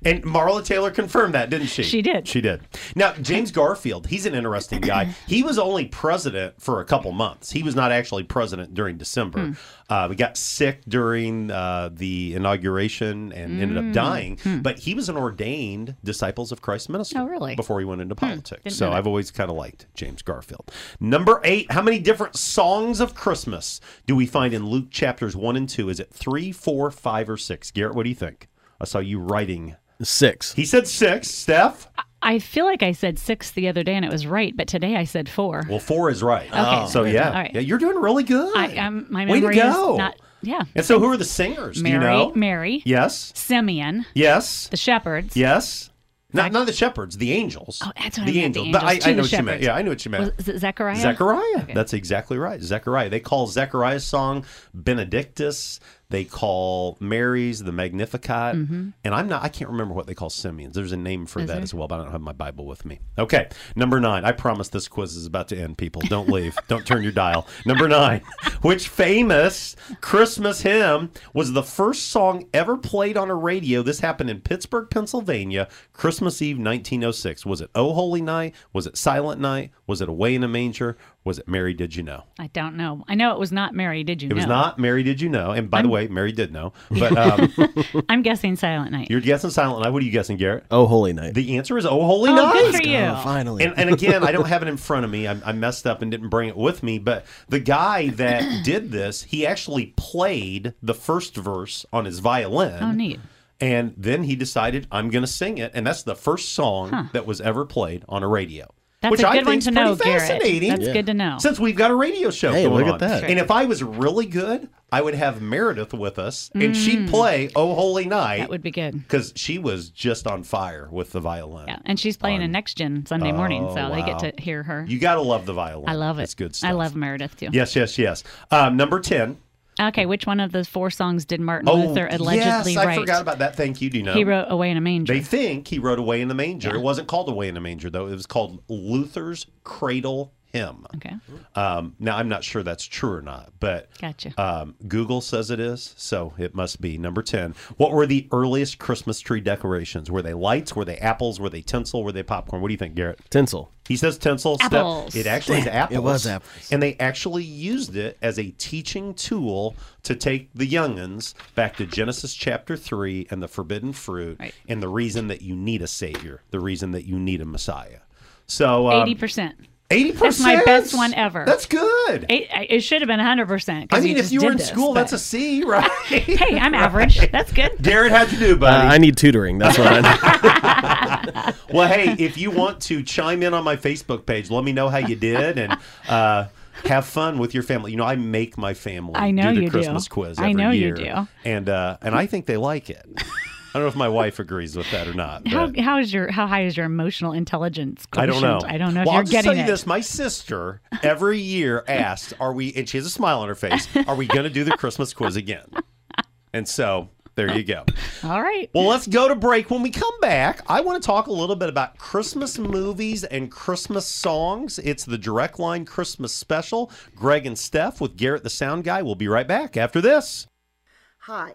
S1: And Marla Taylor confirmed that, didn't she?
S2: She did.
S1: She did. Now, James Garfield, he's an interesting guy. He was only president for a couple months. He was not actually president during December.
S2: Hmm.
S1: Uh, he got sick during uh, the inauguration and ended
S2: Hmm.
S1: up dying. But he was an ordained Disciples of Christ minister.
S2: Oh, really?
S1: Before he went into politics.
S2: Didn't
S1: so
S2: know that.
S1: I've always kind of liked James Garfield. Number eight, how many different songs of Christmas do we find in Luke chapters one and two? Is it three, four, five, or six? Garrett, what do you think? I saw you writing.
S7: Six.
S1: He said six. Steph?
S2: I feel like I said six the other day and it was right, but today I said four.
S1: Well, four is right.
S2: Okay.
S1: So, yeah.
S2: Oh. All right.
S1: yeah. You're doing really good.
S2: I, I'm, my
S1: Way
S2: memory
S1: to go.
S2: is not. Yeah.
S1: and so, who are the singers? do you
S2: Mary,
S1: know?
S2: Mary,
S1: Yes.
S2: Simeon,
S1: Yes.
S2: the shepherds.
S1: Yes. Not, not the shepherds, the angels.
S2: Oh, that's what I
S1: the
S2: meant, the
S1: angels. But
S2: angels.
S1: I, I know
S2: To the
S1: what you meant.
S2: shepherds.
S1: Yeah, I knew what you meant.
S2: Was, is it Zechariah?
S1: Zechariah. That's exactly right. Zechariah. They call Zechariah's song Benedictus. They call Mary's the Magnificat. And I'm not I can't remember what they call Simeon's. There's a name for that as well, but I don't have my Bible with me. Okay. Number nine. I promise this quiz is about to end, people. Don't leave. don't turn your dial. Number nine. Which famous Christmas hymn was the first song ever played on a radio? This happened in Pittsburgh, Pennsylvania, Christmas Eve 1906. Was it Oh Holy Night? Was it Silent Night? Was it Away in a Manger? Was it Mary Did You Know?
S2: I don't know. I know it was not Mary. Did you?
S1: It was
S2: know?
S1: not Mary Did You Know. And by the way, Mary did know. But um,
S2: I'm guessing Silent Night.
S1: you're guessing Silent Night. What are you guessing, Garrett? Uh,
S7: Oh, holy night.
S1: The answer is Oh Holy
S2: Oh,
S1: Night.
S2: good for you.
S7: Oh, finally.
S1: And, and again, I don't have it in front of me. I, I messed up and didn't bring it with me. But the guy that did this, he actually played the first verse on his violin.
S2: Oh, neat.
S1: And then he decided, I'm going to sing it. And that's the first song that was ever played on a radio.
S2: That's
S1: which
S2: a
S1: I
S2: good one
S1: think's
S2: to know,
S1: pretty
S2: Garrett.
S1: fascinating.
S2: That's good to know.
S1: Since we've got a radio show
S7: Hey,
S1: going
S7: look at
S1: on.
S7: that.
S1: And if I was really good, I would have Meredith with us and she'd play Oh Holy Night.
S2: Mm. That would be good.
S1: Because she was just on fire with the violin.
S2: Yeah, and she's playing in Next Gen Sunday morning, so they get
S1: Oh, wow.
S2: to hear her.
S1: You got to love the violin.
S2: I love it.
S1: It's good stuff.
S2: I love Meredith too.
S1: Yes, yes, yes. Um, number 10.
S2: Okay, which one of those four songs did Martin
S1: Oh,
S2: Luther allegedly
S1: yes, I
S2: write?
S1: forgot about that. Thank you. Do you know?
S2: He wrote "Away in a Manger."
S1: They think he wrote Away in the Manger. It wasn't called Away in the Manger, though. It was called Luther's Cradle Hymn.
S2: okay,
S1: Um, now, I'm not sure that's true or not, but
S2: gotcha.
S1: um, Google says it is, so it must be. Number 10. What were the earliest Christmas tree decorations? Were they lights? Were they apples? Were they tinsel? Were they popcorn? What do you think, Garrett?
S7: Tinsel.
S1: He says tinsel. Steph-
S2: Apples.
S1: it actually is apples.
S7: it was apples.
S1: And they actually used it as a teaching tool to take the youngins back to Genesis chapter 3 and the forbidden fruit
S2: Right.
S1: and the reason that you need a savior, the reason that you need a messiah. So um,
S2: Eighty percent.
S1: 80%.
S2: That's my best one ever.
S1: That's good.
S2: It, it should have been hundred percent.
S1: I mean, if you were in school, that's a
S2: a.
S1: C, right?
S2: Hey, I'm average. That's good.
S1: Garrett, how'd you do,
S7: Uh,
S1: buddy?
S7: I need tutoring. That's what I need.
S1: Well, hey, if you want to chime in on my Facebook page, let me know how you did and uh, have fun with your family. You know, I make my family
S2: I know
S1: do the
S2: you do.
S1: Christmas quiz
S2: I
S1: every
S2: know you
S1: year,
S2: do.
S1: and uh, and I think they like it. I don't know if my wife agrees with that or not.
S2: How,
S1: but-
S2: how is your how high is your emotional intelligence?
S1: I don't know.
S2: quotient? I don't know
S1: Well,
S2: if
S1: I'll
S2: you're
S1: just
S2: getting
S1: tell you
S2: it.
S1: this: my sister every year asks, "Are we?" And she has a smile on her face. Are we going to do the Christmas quiz again? And so there you go.
S2: All right.
S1: Well, let's go to break. When we come back, I want to talk a little bit about Christmas movies and Christmas songs. It's the Direct Line Christmas special. Greg and Steph with Garrett the Sound Guy. We'll be right back after this.
S8: Hi,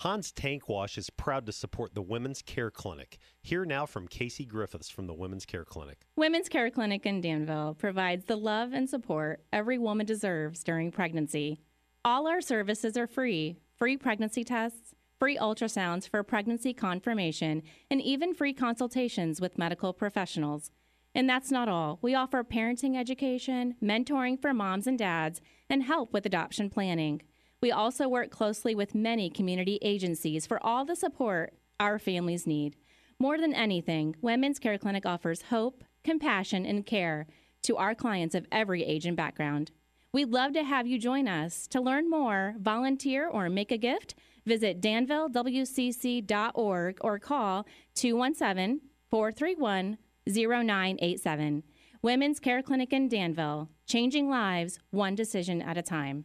S1: Hans Tank Wash is proud to support the Women's Care Clinic. Here now from Casey Griffiths from the Women's Care Clinic.
S9: Women's Care Clinic in Danville provides the love and support every woman deserves during pregnancy. All our services are free free pregnancy tests, free ultrasounds for pregnancy confirmation, and even free consultations with medical professionals. And that's not all. We offer parenting education, mentoring for moms and dads, and help with adoption planning. We also work closely with many community agencies for all the support our families need. More than anything, Women's Care Clinic offers hope, compassion, and care to our clients of every age and background. We'd love to have you join us. To learn more, volunteer, or make a gift, visit danvillewcc.org or call 217 431 0987. Women's Care Clinic in Danville, changing lives one decision at a time.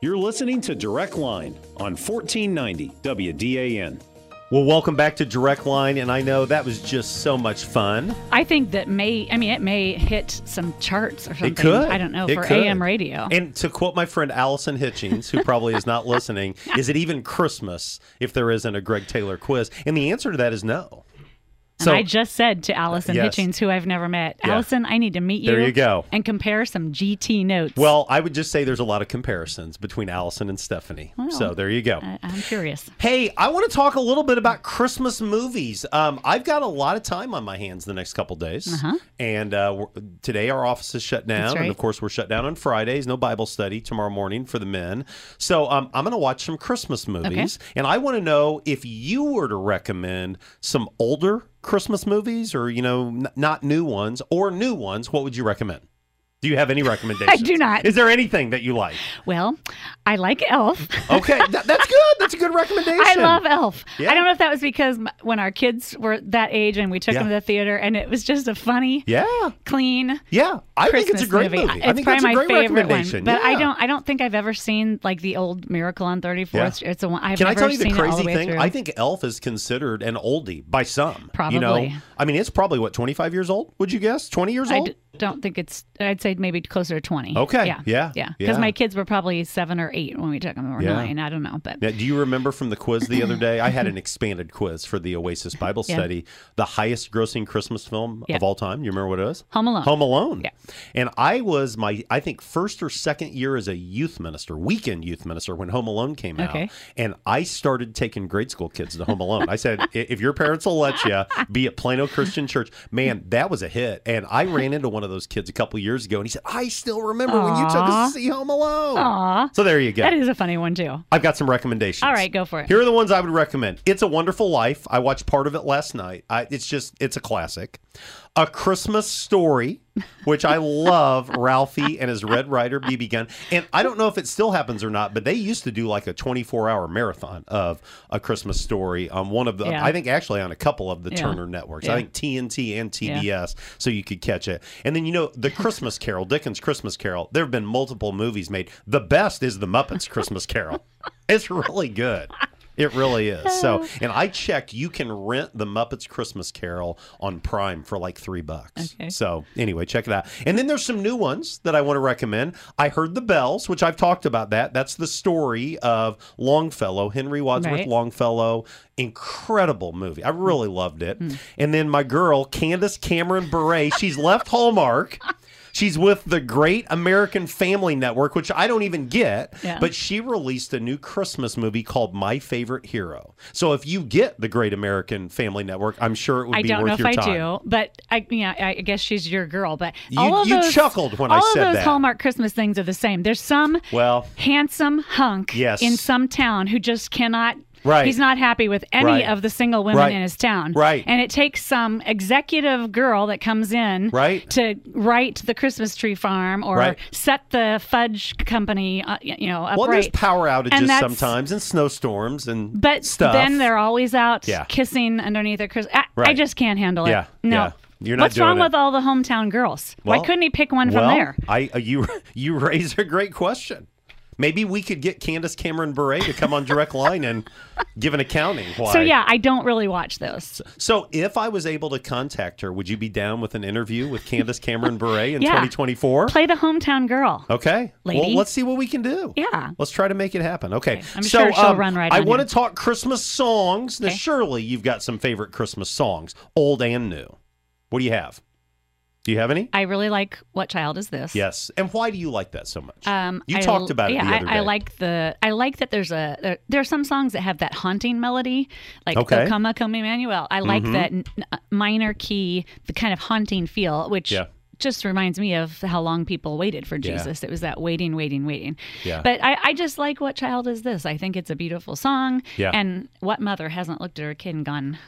S6: You're listening to Direct Line on 1490 WDAN.
S1: Well, welcome back to Direct Line, and I know that was just so much fun.
S2: I think that may I mean it may hit some charts or something.
S1: It could.
S2: I don't know
S1: It
S2: for
S1: could.
S2: AM radio.
S1: And to quote my friend Allison Hitchings, who probably is not listening, is it even Christmas if there isn't a Greg Taylor quiz? And the answer to that is no.
S2: and I just said to Allison
S1: Yes.
S2: Hitchings, who I've never met,
S1: Yeah.
S2: Allison, I need to meet you.
S1: There you go.
S2: And compare some GT notes.
S1: Well, I would just say there's a lot of comparisons between Allison and Stephanie.
S2: Well,
S1: so there you go.
S2: I, I'm curious.
S1: Hey, I want to talk a little bit about Christmas movies. Um, I've got a lot of time on my hands the next couple days,
S2: Uh-huh.
S1: and uh, we're, today our office is shut down,
S2: That's
S1: and of
S2: right.
S1: course we're shut down on Fridays. No Bible study tomorrow morning for the men. So um, I'm going to watch some Christmas movies, and I want to know if you were to recommend some older Christmas movies, or you know, n- not new ones, or new ones. What would you recommend? Do you have any recommendations?
S2: do not.
S1: Is there anything that you like?
S2: Well, I like Elf.
S1: Okay, that- that's good. That's a good recommendation.
S2: I love Elf.
S1: Yeah.
S2: I don't know if that was because m when our kids were that age and we took
S1: Yeah.
S2: them to the theater, and it was just a funny,
S1: Yeah.
S2: clean.
S1: Yeah, I think
S2: Christmas
S1: it's a great movie. I
S2: It's
S1: think
S2: probably
S1: that's a
S2: my
S1: great
S2: favorite
S1: recommendation.
S2: One, but I
S1: Yeah.
S2: don't. I don't think I've ever seen like the old Miracle on 34th. Street. It's a one. I've
S1: Can I
S2: never
S1: tell you the
S2: seen it all
S1: crazy
S2: the way
S1: thing?
S2: through.
S1: I think Elf is considered an oldie by some. You know,
S2: Probably.
S1: I mean, it's probably what 25 years old. Would you guess 20 years
S2: I
S1: old?
S2: d- don't think it's. I'd say maybe closer to twenty.
S1: Okay.
S2: Yeah.
S1: Yeah.
S2: Yeah. Because
S1: Yeah.
S2: my kids were probably seven or eight when we took them, or
S1: Yeah.
S2: nine. I don't know, but
S1: Now, do you remember from the quiz the other day? I had an expanded quiz for the Oasis Bible
S2: Yeah.
S1: Study, the highest grossing Christmas film
S2: Yeah.
S1: of all time. You remember what it was?
S2: Home Alone.
S1: Home Alone. Yeah. And I was my, I think, first or second year as a youth minister, weekend youth minister, when Home Alone came out.
S2: Okay.
S1: And I started taking grade school kids to Home Alone. I said, "I- if your parents will let you be at Plano Christian Church, man, that was a hit. And I ran into one of those kids a couple years ago, and he said, I still remember when you took us to see Home Alone.
S2: Aw.
S1: So there you go.
S2: That is a funny one too.
S1: I've got some recommendations.
S2: All right, go for it.
S1: Here are the ones I would recommend. It's a Wonderful Life. I watched part of it last night. I, it's just, it's a classic. A Christmas Story, which I love Ralphie and his Red Rider BB gun. And I don't know if it still happens or not, but they used to do like a 24 hour marathon of A Christmas Story on one of the,
S6: Yeah.
S1: I think actually on a couple of the
S6: Yeah.
S1: Turner networks.
S6: Yeah.
S1: I think TNT and
S6: Yeah.
S1: TBS. CBS, so you could catch it. And then you know the Christmas Carol, Dickens' Christmas Carol. There have been multiple movies made. The best is the Muppets Christmas Carol. It's really good. It really is. So, and I checked, you can rent the Muppets Christmas Carol on Prime for like three bucks.
S6: Okay.
S1: So, anyway, check it out. And then there's some new ones that I want to recommend. I Heard the Bells, which I've talked about that. That's the story of Longfellow, Henry Wadsworth
S6: Right.
S1: Longfellow. Incredible movie. I really loved it.
S2: Hmm.
S1: And then my girl, Candace Cameron Bure, she's left Hallmark. She's with the Great American Family Network, which I don't even get,
S6: Yeah.
S1: but she released a new Christmas movie called My Favorite Hero. So if you get the Great American Family Network, I'm sure it would
S2: I
S1: be
S2: don't know
S1: worth
S2: if
S1: your
S2: I
S1: time.
S2: do, but I yeah, I guess she's your girl. But
S1: You-
S2: all of
S1: you
S2: those,
S1: chuckled when I
S2: all
S1: said
S2: of those
S1: that.
S2: Hallmark Christmas things are the same. There's some
S1: Well,
S2: handsome hunk
S1: Yes.
S2: in some town who just cannot.
S1: Right.
S2: He's not happy with any
S1: Right.
S2: of the single women
S1: Right.
S2: in his town.
S1: Right.
S2: And it takes some executive girl that comes in
S1: Right.
S2: to right the Christmas tree farm or
S1: Right.
S2: set the fudge company, uh, y- you know, up
S1: well, there's
S2: right.
S1: power
S2: And
S1: outages
S2: that's-
S1: sometimes and snowstorms and
S2: But
S1: stuff.
S2: then they're always out
S1: Yeah.
S2: kissing underneath their Christmas. I, I
S1: Right.
S2: just can't handle it.
S1: Yeah,
S2: No.
S1: yeah. You're not
S2: What's
S1: doing
S2: wrong
S1: it.
S2: with all the hometown girls?
S1: Well-
S2: Why couldn't he pick one from
S1: well,
S2: there?
S1: I uh, you you raise a great question. Maybe we could get Candace Cameron Bure to come on Direct Line and give an accounting. Why?
S2: So yeah, I don't really watch those.
S1: So if I was able to contact her, would you be down with an interview with Candace Cameron Bure in
S2: Yeah.
S1: 2024?
S2: Play the hometown girl.
S1: Okay. Well,
S2: Lady.
S1: let's see what we can do.
S2: Yeah.
S1: Let's try to make it happen. Okay. um,
S2: I'm sure she'll run right
S1: I
S2: on
S1: want
S2: you.
S1: to talk Christmas songs. Now, surely you've got some favorite Christmas songs, old and new. What do you have? Do you have any?
S2: I really like What Child Is This?
S1: Yes. And why do you like that so much?
S2: Um,
S1: You
S2: I-
S1: talked about it
S2: yeah,
S1: the other
S2: I, I
S1: day.
S2: like the. I like that there's a. There, there are some songs that have that haunting melody, like
S1: Okay.
S2: "O Come, O Come, Emmanuel." I like
S1: Mhm.
S2: that n- uh, minor key, the kind of haunting feel, which
S1: Yeah.
S2: just reminds me of how long people waited for
S1: Yeah.
S2: Jesus. It was that waiting, waiting, waiting.
S1: Yeah.
S2: But I, I just like "What Child Is This." I think it's a beautiful song.
S1: Yeah.
S2: And what mother hasn't looked at her kid and gone,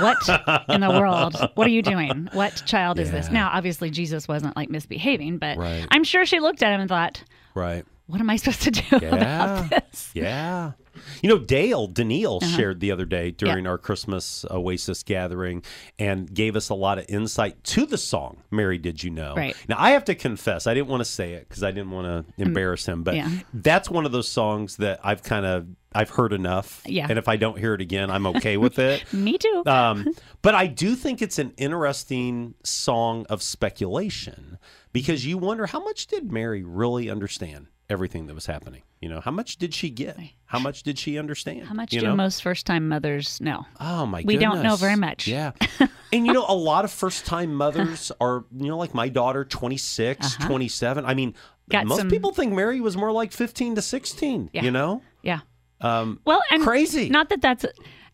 S2: "What in the world? What are you doing? What child is this?"
S1: Yeah.
S2: Now, obviously, Jesus wasn't like misbehaving, but
S1: Right.
S2: I'm sure she looked at him and thought
S1: Right.
S2: what am I supposed to do
S1: Yeah.
S2: about this?
S1: Yeah. You know, Dale Daniil
S2: Uh-huh.
S1: shared the other day during our Christmas Oasis gathering and gave us a lot of insight to the song, Mary Did You Know?
S6: Right.
S1: Now, I have to confess, I didn't want to say it because I didn't want
S2: Mm.
S1: to embarrass him, but
S6: yeah.
S1: that's one of those songs that I've kind of. I've heard enough,
S2: Yeah.
S1: and if I don't hear it again, I'm okay with it.
S2: Me too.
S1: um, but I do think it's an interesting song of speculation because you wonder how much did Mary really understand everything that was happening? You know, how much did she get? How much did she understand?
S2: How much
S1: you
S2: do
S1: know?
S2: most first time mothers know?
S1: Oh my
S2: We don't know
S1: goodness.
S2: very much.
S1: Yeah. and you know, a lot of first time mothers are, you know, like my daughter, 26, 27. I mean,
S2: Uh-huh. Got
S1: most
S2: some-
S1: people think Mary was more like 15 to 16,
S2: Yeah.
S1: you know?
S2: Yeah.
S1: Um,
S2: Well, and
S1: Crazy.
S2: Not that that's.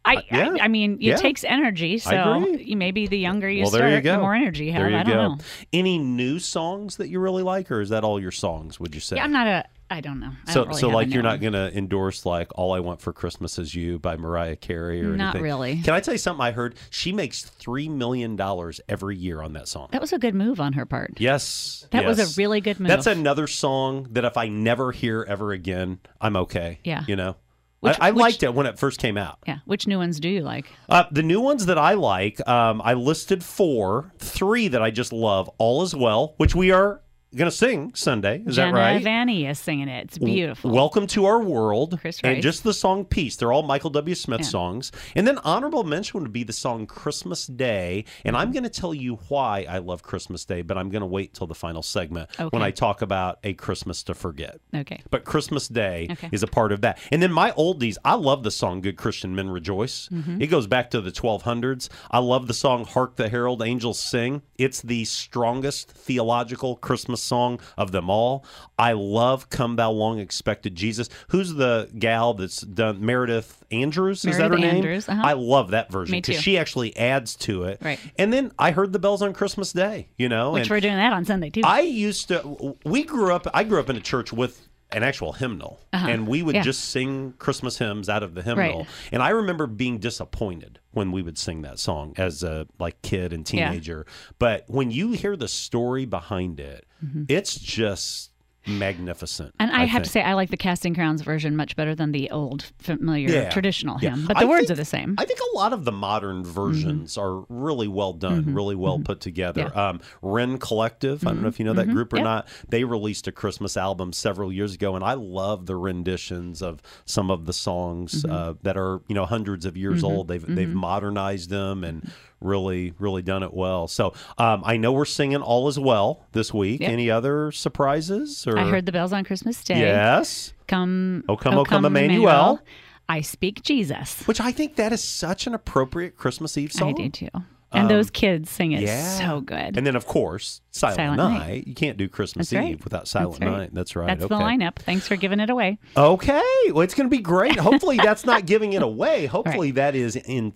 S2: I,
S1: Uh, yeah.
S2: I, I mean, it
S1: Yeah.
S2: takes energy. So
S1: agree.
S2: you, maybe the younger you
S1: well,
S2: start,
S1: there you go.
S2: the more energy you have.
S1: There you
S2: I don't
S1: go.
S2: know.
S1: Any new songs that you really like, or is that all your songs? Would you say?
S2: Yeah, I'm not a. I don't know. I
S1: so,
S2: don't really
S1: so
S2: have a
S1: like you're
S2: name.
S1: not gonna endorse like "All I Want for Christmas Is You" by Mariah Carey or
S2: Not
S1: anything.
S2: really.
S1: Can I tell you something? I heard she makes three million dollars every year on that song.
S2: That was a good move on her part.
S1: Yes,
S2: That was a
S1: yes.
S2: really good
S1: That's
S2: move.
S1: another song that if I never hear ever again, I'm okay.
S2: Yeah.
S1: you know,
S2: Which-
S1: I, I
S2: which-
S1: liked it when it first came out.
S2: Yeah. Which new ones do you like?
S1: Uh, the new ones that I like, um, I listed four, three that I just love. All is well, which we are going to sing Sunday. Is
S2: Jenna
S1: that right?
S2: Vanny is singing it. It's beautiful.
S1: Welcome to Our World.
S2: Chris
S1: and
S2: Rice.
S1: just the song Peace. They're all Michael W. Smith
S2: Yeah.
S1: songs. And then honorable mention would be the song Christmas Day. And
S2: Mm-hmm.
S1: I'm going to tell you why I love Christmas Day, but I'm going to wait till the final segment when
S2: Okay.
S1: I talk about A Christmas to Forget.
S2: Okay.
S1: But Christmas Day
S2: Okay.
S1: is a part of that. And then my oldies, I love the song Good Christian Men Rejoice.
S2: Mhm.
S1: It goes back to the 1200s. I love the song Hark the Herald Angels Sing. It's the strongest theological Christmas song of them all. I love Come Thou Long Expected Jesus. Who's the gal that's done Meredith Andrews? is that her
S2: Meredith
S1: name?
S2: Andrews, uh-huh.
S1: I love that version
S2: Me
S1: because
S2: too.
S1: she actually adds to it.
S2: Right.
S1: And then I heard the bells on Christmas Day, you know. Oh,
S2: Which
S1: and
S2: we're doing that on Sunday too.
S1: I used to. We grew up. I grew up in a church with an actual hymnal,
S2: Uh-huh.
S1: and we would
S2: Yeah.
S1: just sing Christmas hymns out of the hymnal.
S2: Right.
S1: And I remember being disappointed when we would sing that song as a like kid and
S2: Yeah.
S1: teenager. But when you hear the story behind it, it's just magnificent.
S2: Mm-hmm. and I, have to
S1: think.
S2: say, I like the Casting Crowns version much better than the old, familiar,
S1: Yeah.
S2: traditional
S1: Yeah.
S2: hymn. But the
S1: I
S2: words
S1: think-
S2: are the same. Mm-hmm.
S1: I think a lot of the modern versions are really well done, really well put together. Um, Wren Collective, I don't know if you know
S2: Mm-hmm.
S1: that group or not, they released a Christmas album several years ago, and I love the renditions of some of the songs
S2: Mm-hmm.
S1: uh, that are you know hundreds of years old. They've they've modernized them and really really done it well. So um, I know we're singing all as well this week.
S2: Yep.
S1: Any other surprises? Or
S2: I heard the bells on Christmas Day.
S1: yes.
S2: Come,
S1: O Oh, come, O come, Emmanuel.
S2: I speak Jesus.
S1: Which I think that is such an appropriate Christmas Eve song.
S2: I do too.
S1: um,
S2: And those kids sing it so good.
S1: And then, of course, Silent,
S2: Silent
S1: Night.
S2: Night.
S1: You can't do Christmas
S2: That's right.
S1: Eve without Silent
S2: That's right.
S1: Night. That's right.
S2: That's
S1: okay.
S2: the lineup. Thanks for giving it away.
S1: Okay. Well, it's going to be great. Hopefully, that's not giving it away. Hopefully, that is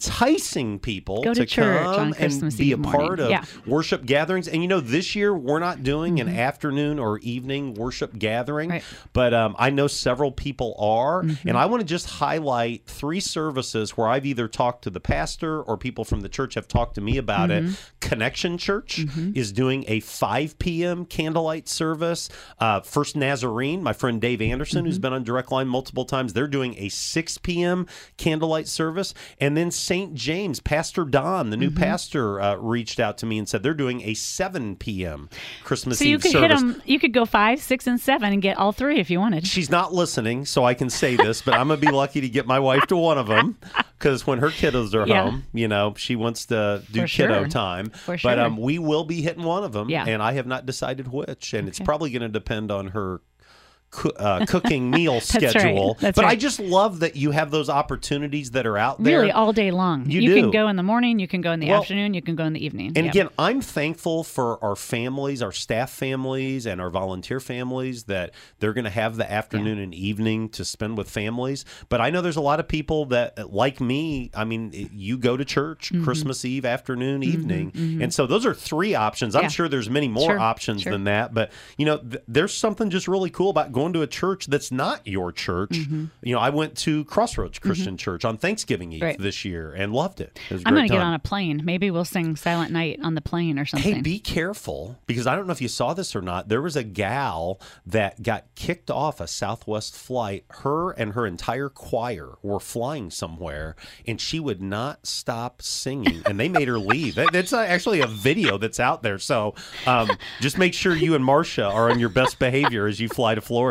S1: enticing people
S2: Go to church on
S1: come
S2: Christmas
S1: and be
S2: Eve
S1: a
S2: morning.
S1: part of
S2: Yeah. Mm-hmm.
S1: worship gatherings. And you know, this year we're not doing an afternoon or evening worship gathering, but um, I know several people are.
S2: Mm-hmm.
S1: And I want to just highlight three services where I've either talked to the pastor or people from the church have talked to me about it.
S2: Mm-hmm.
S1: Connection Church is doing a 5 p.m. candlelight service. Uh, First Nazarene, my friend Dave Anderson,
S2: Mm-hmm.
S1: who's been on Direct Line multiple times, they're doing a 6 p.m. candlelight service. And then St. James, Pastor Don, the
S2: Mm-hmm.
S1: new pastor, uh, reached out to me and said they're doing a 7 p.m. Christmas
S2: So
S1: Eve
S2: you could hit
S1: service.
S2: 'em- You could go five, six, and seven, and get all three if you wanted.
S1: She's not listening, so I can say this, but I'm gonna be lucky to get my wife to one of them because when her kiddos are
S2: Yeah.
S1: home, you know, she wants to do
S2: For
S1: kiddo
S2: sure.
S1: time.
S2: For
S1: But
S2: sure.
S1: um, we will be hitting one of them,
S2: Yeah.
S1: and I have not decided which, and it's probably going to depend on her. coo- Uh, cooking meal
S2: right.
S1: schedule,
S2: That's
S1: but I
S2: right.
S1: just love that you have those opportunities that are out there.
S2: Really, all day long.
S1: You do.
S2: can go in the morning. You can go in the
S1: Well,
S2: afternoon. You can go in the evening.
S1: And
S2: Yep.
S1: again, I'm thankful for our families, our staff families, and our volunteer families that they're going to have the afternoon and evening to spend with families. But I know there's a lot of people that, like me, I mean, it- you go to church
S2: Mm-hmm.
S1: Christmas Eve afternoon, evening. And so those are three options. I'm
S2: Yeah.
S1: sure there's many more
S2: Sure,
S1: options
S2: sure.
S1: than that. But, you know, th- there's something just really cool about going to a church that's not your church.
S2: Mm-hmm.
S1: You know, I went to Crossroads Christian Church on Thanksgiving Eve
S2: Right.
S1: this year and loved it. It was a
S2: I'm
S1: great
S2: going to get
S1: time.
S2: on a plane. Maybe we'll sing Silent Night on the plane or something.
S1: Hey, be careful because I don't know if you saw this or not. There was a gal that got kicked off a Southwest flight. Her and her entire choir were flying somewhere, and she would not stop singing. And they made her leave. That- That's uh, actually a video that's out there. So um, just make sure you and Marcia are on your best behavior as you fly to Florida.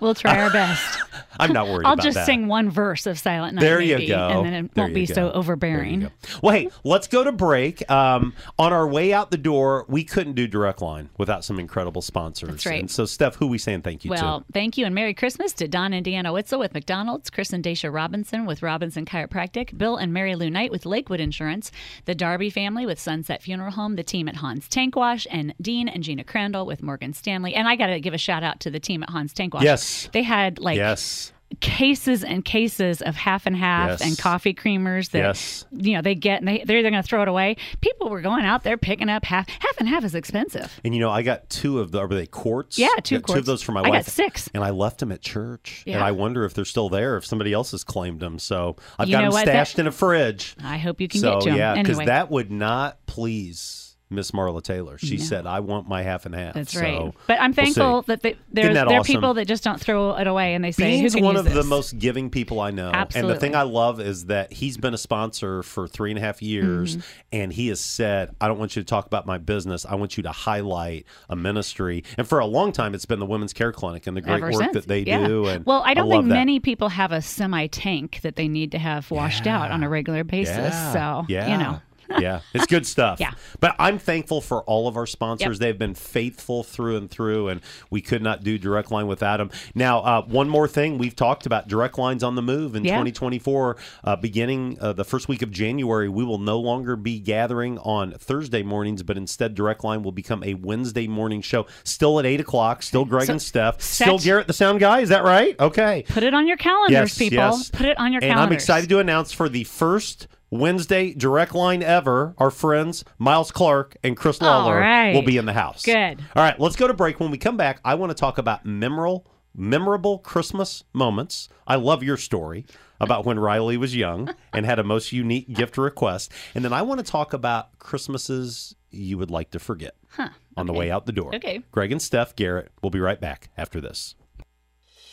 S2: we'll try our best.
S1: I'm not worried
S2: I'll
S1: about
S2: just
S1: that.
S2: sing one verse of Silent Night.
S1: There you
S2: maybe,
S1: go.
S2: And then it
S1: There
S2: won't
S1: you
S2: be
S1: go.
S2: so overbearing.
S1: Well, hey, let's go to break. Um, on our way out the door, we couldn't do Direct Line without some incredible sponsors.
S2: That's right.
S1: And so, Steph, who we saying thank you
S2: well,
S1: to?
S2: thank you and Merry Christmas to Don and Deanna Witzel with McDonald's, Chris and Dacia Robinson with Robinson Chiropractic, Bill and Mary Lou Knight with Lakewood Insurance, the Darby family with Sunset Funeral Home, the team at Hans Tank Wash, and Dean and Gina Crandall with Morgan Stanley. And I got to give a shout out to the team at Hans Tank Wash.
S1: Yes.
S2: They had like
S1: yes.
S2: cases and cases of half and half
S1: Yes.
S2: and coffee creamers that
S1: Yes.
S2: you know they get and they, they're either going to throw it away people were going out there picking up half half and half is expensive
S1: And you know, I got two of the are they quarts?
S2: Yeah, two
S1: Got Two of
S2: quarts.
S1: those for my
S2: I
S1: wife.
S2: got six.
S1: And I left them at church. And
S2: Yeah.
S1: I wonder if they're still there, if somebody else has claimed them. So I've
S2: You
S1: got
S2: know
S1: them
S2: what?
S1: stashed
S2: That-
S1: in a fridge.
S2: i hope you can
S1: so
S2: get to 'em.
S1: yeah,
S2: anyway
S1: that would not please Miss Marla Taylor. She
S2: Yeah.
S1: said, "I want my half and half."
S2: That's
S1: So
S2: right. but I'm
S1: we'll see.
S2: thankful that they, there's,
S1: Isn't that
S2: there are
S1: awesome?
S2: people that just don't throw it away and they say,
S1: Bean's
S2: who can
S1: one
S2: use
S1: of the
S2: this?"
S1: most giving people I know. And the
S2: Absolutely.
S1: thing I love is that he's been a sponsor for three and a half years
S2: Mhm.
S1: and he has said, I don't want you to talk about my business. I want you to highlight a ministry. And for a long time it's been the women's care clinic and the great
S2: Ever
S1: work
S2: since.
S1: that they
S2: Yeah.
S1: do. And
S2: well, I don't
S1: love
S2: think
S1: that.
S2: many people have a semi tank that they need to have washed out on a regular basis. So, you know.
S1: yeah, it's good stuff.
S2: Yeah.
S1: But I'm thankful for all of our sponsors.
S2: Yep.
S1: They've been faithful through and through, and we could not do Direct Line without them. Now, uh, one more thing we've talked about Direct Lines on the move in
S10: Yeah.
S1: 2024. Uh, beginning uh, the first week of January, we will no longer be gathering on Thursday mornings, but instead, Direct Line will become a Wednesday morning show, still at 8 o'clock, still Greg
S2: So,
S1: and Steph,
S2: set-
S1: still Garrett the Sound Guy. Is that right? Okay.
S2: Put it on your calendars,
S1: Yes,
S2: people.
S1: yes.
S2: Put it on your
S1: and
S2: calendars.
S1: I'm excited to announce for the first Wednesday direct line ever, our friends Miles Clark and Chris
S2: All
S1: Lawler
S2: right.
S1: will be in the house.
S2: Good.
S1: All right, let's go to break. When we come back, I want to talk about memorable memorable Christmas moments. I love your story about when Riley was young and had a most unique gift request. And then I want to talk about Christmases you would like to forget
S2: Huh.
S1: on the way out the door.
S2: Okay.
S1: Greg and Steph Garrett will be right back after this.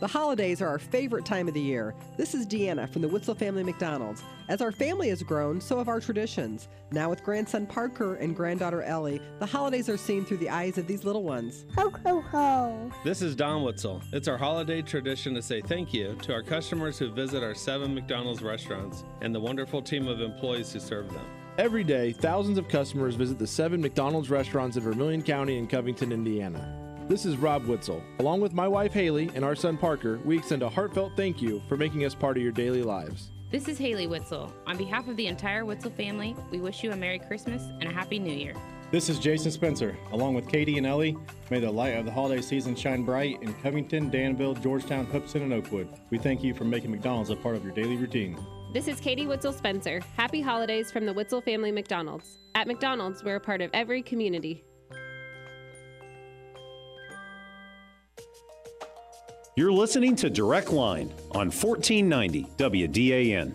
S11: The holidays are our favorite time of the year. This is Deanna from the Witzel Family McDonald's. As our family has grown, so have our traditions. Now with grandson Parker and granddaughter Ellie, the holidays are seen through the eyes of these little ones. Ho ho ho.
S12: This is Don Witzel. It's our holiday tradition to say thank you to our customers who visit our seven McDonald's restaurants and the wonderful team of employees who serve them.
S13: Every day, thousands of customers visit the seven McDonald's restaurants in Vermillion County and Covington, Indiana. This is Rob Witzel. Along with my wife Haley and our son Parker, we extend a heartfelt thank you for making us part of your daily lives.
S14: This is Haley Witzel. On behalf of the entire Witzel family, we wish you a Merry Christmas and a Happy New Year.
S15: This is Jason Spencer, along with Katie and Ellie. May the light of the holiday season shine bright in Covington, Danville, Georgetown, Hoopston, and Oakwood. We thank you for making McDonald's a part of your daily routine.
S16: This is Katie Witzel Spencer. Happy holidays from the Witzel family McDonald's. At McDonald's, we're a part of every community.
S6: You're listening to Direct Line on 1490 WDAN.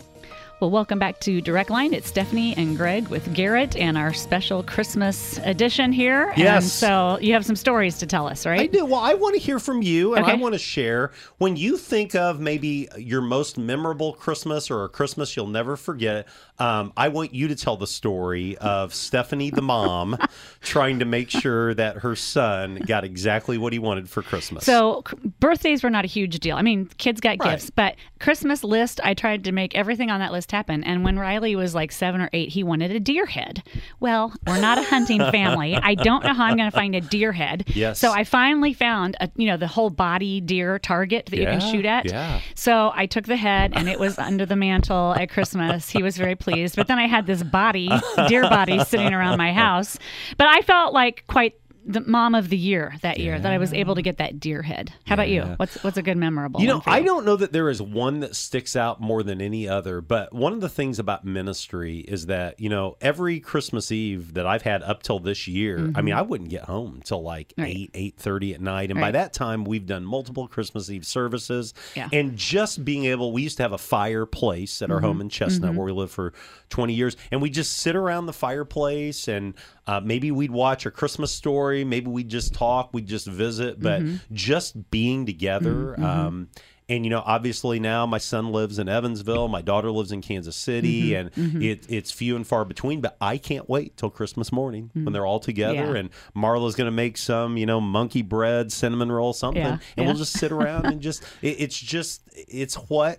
S2: Well, welcome back to Direct Line. It's Stephanie and Greg with Garrett and our special Christmas edition here.
S1: Yes.
S2: And so you have some stories to tell us, right?
S1: I do. Well, I want to hear from you, and I
S2: Okay.
S1: want to share when you think of maybe your most memorable Christmas or a Christmas you'll never forget. Um, I want you to tell the story of Stephanie, the mom, trying to make sure that her son got exactly what he wanted for Christmas.
S2: So c- birthdays were not a huge deal. I mean, kids got
S1: Right.
S2: gifts, but Christmas list, I tried to make everything on that list happen. And when Riley was like seven or eight, he wanted a deer head. Well, we're not a hunting family. I don't know how I'm going to find a deer head.
S17: Yes.
S2: So I finally found a you know the whole body deer target that you
S17: Yeah,
S2: can shoot at.
S17: yeah.
S2: So I took the head and it was under the mantle at Christmas. He was very pleased. But then I had this body, deer body, sitting around my house. But I felt like quite the mom of the year that year that I was able to get that deer head. How about you?
S1: Yeah.
S2: What's what's a good memorable?
S1: You know,
S2: one for
S1: I don't know that there is one that sticks out more than any other, but one of the things about ministry is that, you know, every Christmas Eve that I've had up till this year, I mean,
S10: Mhm.
S1: I wouldn't get home till like
S10: Right.
S1: 8, 8.30 at night. And by
S10: Right.
S1: that time, we've done multiple Christmas Eve services.
S10: Yeah.
S1: And just being able, we used to have a fireplace at our
S10: Mhm.
S1: home in Chestnut
S10: Mhm.
S1: where we lived for 20 years. And we just sit around the fireplace and uh, maybe we'd watch a Christmas story. Maybe we'd just talk. We'd just visit. But
S10: Mhm.
S1: just being together
S10: Mhm, mhm.
S1: um, And you know, obviously now my son lives in Evansville, my daughter lives in Kansas City,
S10: Mhm,
S1: and
S10: mhm.
S1: It, it's few and far between. But I can't wait till Christmas morning
S10: Mm.
S1: when they're all together,
S10: Yeah.
S1: and Marla's going to make some, you know, monkey bread, cinnamon roll, something,
S10: Yeah,
S1: and
S10: yeah.
S1: we'll just sit around and just. It, it's just it's what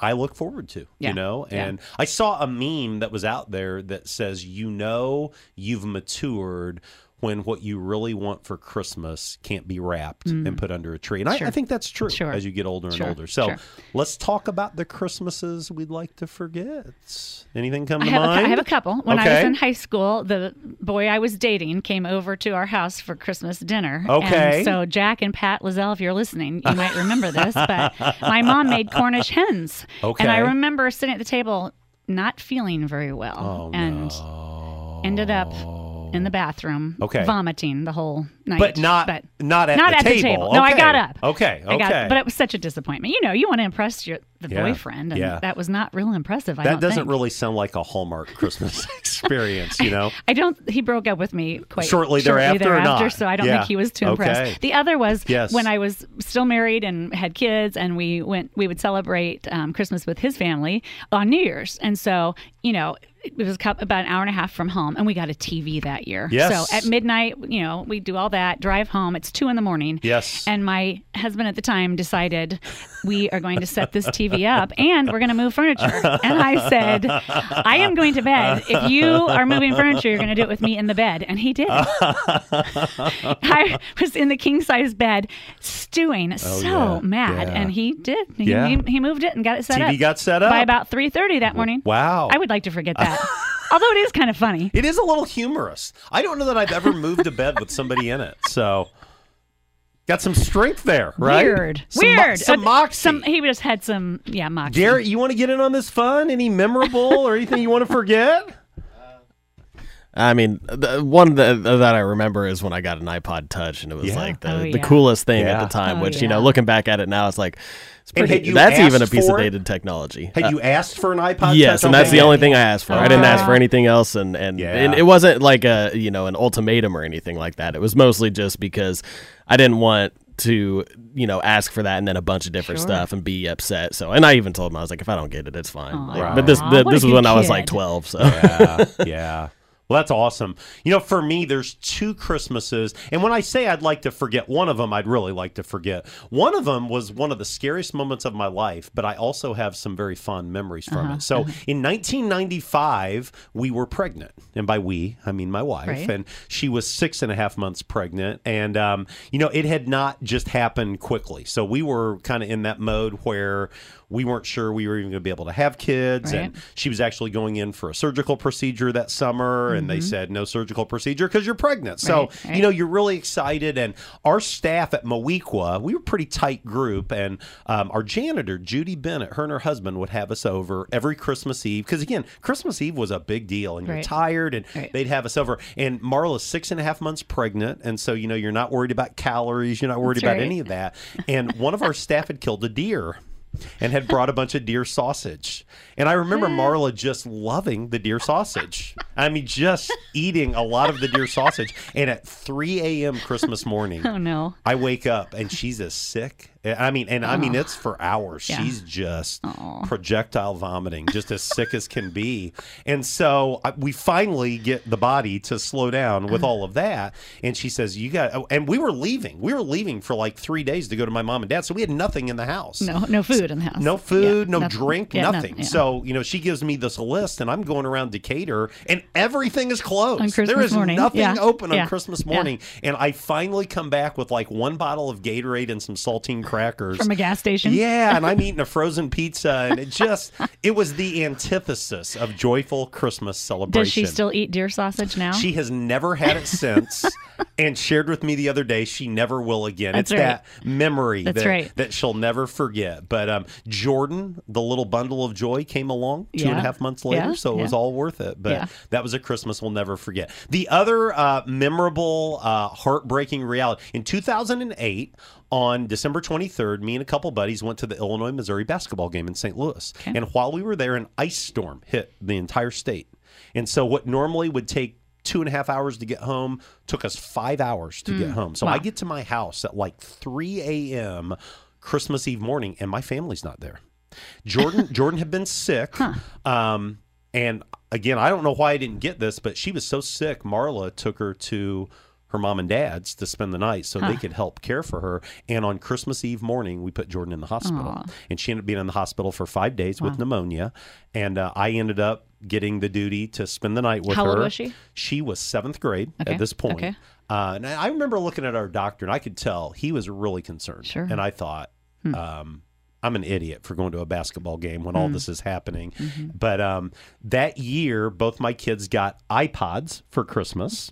S1: I look forward to,
S10: Yeah,
S1: you know?
S10: yeah.
S1: And I saw a meme that was out there that says, you know, you've matured when what you really want for Christmas can't be wrapped
S10: Mm.
S1: and put under a tree. And I- I,
S10: Sure.
S1: think that's true
S10: Sure.
S1: as you get older and
S10: Sure,
S1: older. So
S10: sure.
S1: let's talk about the Christmases we'd like to forget. Anything come
S2: I
S1: to
S2: have, a, cou-
S1: mind?
S2: I have a couple. When I was
S1: Okay.
S2: in high school, the boy I was dating came over to our house for Christmas dinner.
S1: Okay.
S2: And so Jack and Pat Lazelle, if you're listening, you might remember this, but my mom made Cornish hens. And I
S10: Okay.
S2: remember sitting at the table not feeling very
S1: Oh,
S2: well and ended up in the bathroom
S1: Okay.
S2: vomiting the whole night.
S1: But not not at,
S2: not
S1: the,
S2: at
S1: table.
S2: the table. No, I
S1: Okay.
S2: got up.
S1: Okay, okay.
S2: I got, but it was such a disappointment. You know, you want to impress your the
S1: Yeah,
S2: boyfriend, and
S1: yeah.
S2: that was not real impressive. I
S1: that
S2: don't
S1: doesn't
S2: think.
S1: really sound like a Hallmark Christmas experience, you know?
S2: I don't. He broke up with me quite
S1: Shortly thereafter or not?
S2: so I don't
S1: Yeah.
S2: think he was too impressed.
S1: Okay.
S2: The other was
S1: Yes.
S2: when I was still married and had kids, and we went. We would celebrate um, Christmas with his family on New Years, and so you know it was cou- about an hour and a half from home, and we got a TV that year.
S10: Yes.
S2: So at midnight, you know, we do all that, drive home. It's two in the morning.
S10: Yes.
S2: And my husband at the time decided we are going to set this TV up, and we're going to move furniture. And I said, I am going to bed. If you are moving furniture, you're going to do it with me in the bed. And he did. I was in the king size bed, stewing, so
S1: Oh, yeah,
S2: mad,
S1: yeah.
S2: and he did. He,
S1: Yeah.
S2: he, he moved it and got it set
S1: TV
S2: up.
S1: got set
S2: by
S1: up.
S2: about three thirty that morning.
S1: Wow.
S2: I would like to forget that. Although it is kind of funny.
S1: It is a little humorous. I don't know that I've ever moved to bed with somebody in it. So got some strength there, right?
S2: Weird.
S1: Some mo-
S2: Weird.
S1: some
S2: Uh,
S1: moxie.
S2: Some, he just had some, yeah, moxie.
S1: Garrett, you want to get in on this fun? Any memorable or anything you want to forget?
S7: I mean, the one that, that I remember is when I got an iPod Touch, and it was
S1: Yeah.
S7: like the,
S1: Oh,
S7: the
S1: yeah.
S7: coolest thing at
S1: Yeah.
S7: the time.
S1: Oh,
S7: which you know,
S1: yeah.
S7: looking back at it now, it's like it's
S1: And
S7: pretty,
S1: had you
S7: that's even a
S1: asked
S7: piece of
S1: for it?
S7: dated technology.
S1: Had
S7: Uh,
S1: you asked for an iPod?
S7: yes,
S1: Touch?
S7: and that's
S1: Okay.
S7: the only thing I asked for. I didn't ask
S1: Wow.
S7: for anything else, and and, and it wasn't like a you know an ultimatum or anything like that. It was mostly just because I didn't want to you know ask for that and then a bunch of different
S10: Sure.
S7: stuff and be upset. So and I even told him I was like, if I don't get it, it's fine. Like,
S1: Aw.
S7: But this
S1: Aw,
S7: th-
S1: what a
S7: this was
S1: good
S7: when I was like
S1: kid.
S7: twelve. So
S1: yeah, yeah. Well, that's awesome. You know, for me, there's two Christmases, and when I say I'd like to forget one of them, I'd really like to forget. One of them was one of the scariest moments of my life, but I also have some very fond memories from
S10: Uh-huh,
S1: it. So, in 1995, we were pregnant, and by we, I mean my wife,
S10: Right.
S1: and she was six and a half months pregnant, and um, you know, it had not just happened quickly. So we were kind of in that mode where we weren't sure we were even going to be able to have kids,
S10: Right.
S1: and she was actually going in for a surgical procedure that summer and they
S10: Mhm.
S1: said no surgical procedure because you're pregnant so
S10: Right, right.
S1: you know you're really excited and our staff at Moequa, we were a pretty tight group and um, our janitor judy bennett her and her husband would have us over every christmas eve because again christmas eve was a big deal and you're
S10: Right.
S1: tired and they'd have us over and marla's six and a half months pregnant and so you know you're not worried about calories you're not worried
S10: That's
S1: about
S10: right.
S1: any of that and one of our staff had killed a deer and had brought a bunch of deer sausage. And I remember Marla just loving the deer sausage. I mean, just eating a lot of the deer sausage. And at 3 a.m. Christmas morning,
S2: Oh, no.
S1: I wake up and she's as sick. I mean, and I mean,
S10: Oh.
S1: it's for hours.
S10: Yeah.
S1: She's just projectile vomiting, just as sick as can be. And so I, we finally get the body to slow down with all of that. And she says, You got, oh, and we were leaving. We were leaving for like three days to go to my mom and dad. So we had nothing in the house.
S2: No, no food in the house.
S1: No food, no
S2: nothing.
S1: drink,
S2: Yeah,
S1: nothing.
S2: nothing, yeah.
S1: So, you know, she gives me this list and I'm going around Decatur and everything is closed.
S10: On Christmas
S1: there is
S10: morning,
S1: nothing
S10: yeah,
S1: open on
S10: yeah,
S1: Christmas
S10: yeah.
S1: morning. And I finally come back with like one bottle of Gatorade and some saltine crackers
S2: From a gas station?
S1: Yeah, and I'm eating a frozen pizza and it just it was the antithesis of joyful Christmas celebration.
S2: Does she still eat deer sausage now?
S1: She has never had it since and shared with me the other day she never will again.
S2: That's
S1: it's
S2: right.
S1: that memory
S2: That's
S1: that,
S2: right.
S1: that she'll never forget. But um, Jordan, the little bundle of joy, came along two and a half
S10: Yeah.
S1: months later,
S10: Yeah,
S1: so it was
S10: yeah.
S1: all worth it. But
S10: Yeah.
S1: that was a Christmas we'll never forget. The other uh, memorable, uh, heartbreaking reality in 2008. On December 23rd, me and a couple buddies went to the Illinois Missouri basketball game in St. Louis. And while we were there, an ice storm hit the entire state. And so, what normally would take two and a half hours to get home took us five hours to
S10: Mm,
S1: get home. So,
S10: wow.
S1: I get to my house at like 3 a.m. Christmas Eve morning, and my family's not there. Jordan Jordan had been sick. Um, and again, I don't know why I didn't get this, but she was so sick, Marla took her to her mom and dad's to spend the night so they
S10: Huh.
S1: could help care for her. And on Christmas Eve morning, we put Jordan in the hospital.
S10: Aw.
S1: And she ended up being in the hospital for five days
S10: Wow.
S1: with pneumonia. And uh, I ended up getting the duty to spend the night with
S2: How
S1: her.
S2: old was she?
S1: She was seventh grade
S2: Okay,
S1: at this point.
S2: okay.
S1: Uh, and I I remember looking at our doctor, and I could tell he was really concerned. Sure. And I thought,
S2: Hmm.
S1: um, I'm an idiot for going to a basketball game when all
S10: Mm.
S1: this is happening.
S2: Mm-hmm.
S10: Mhm.
S1: But um, that year, both my kids got iPods for Christmas.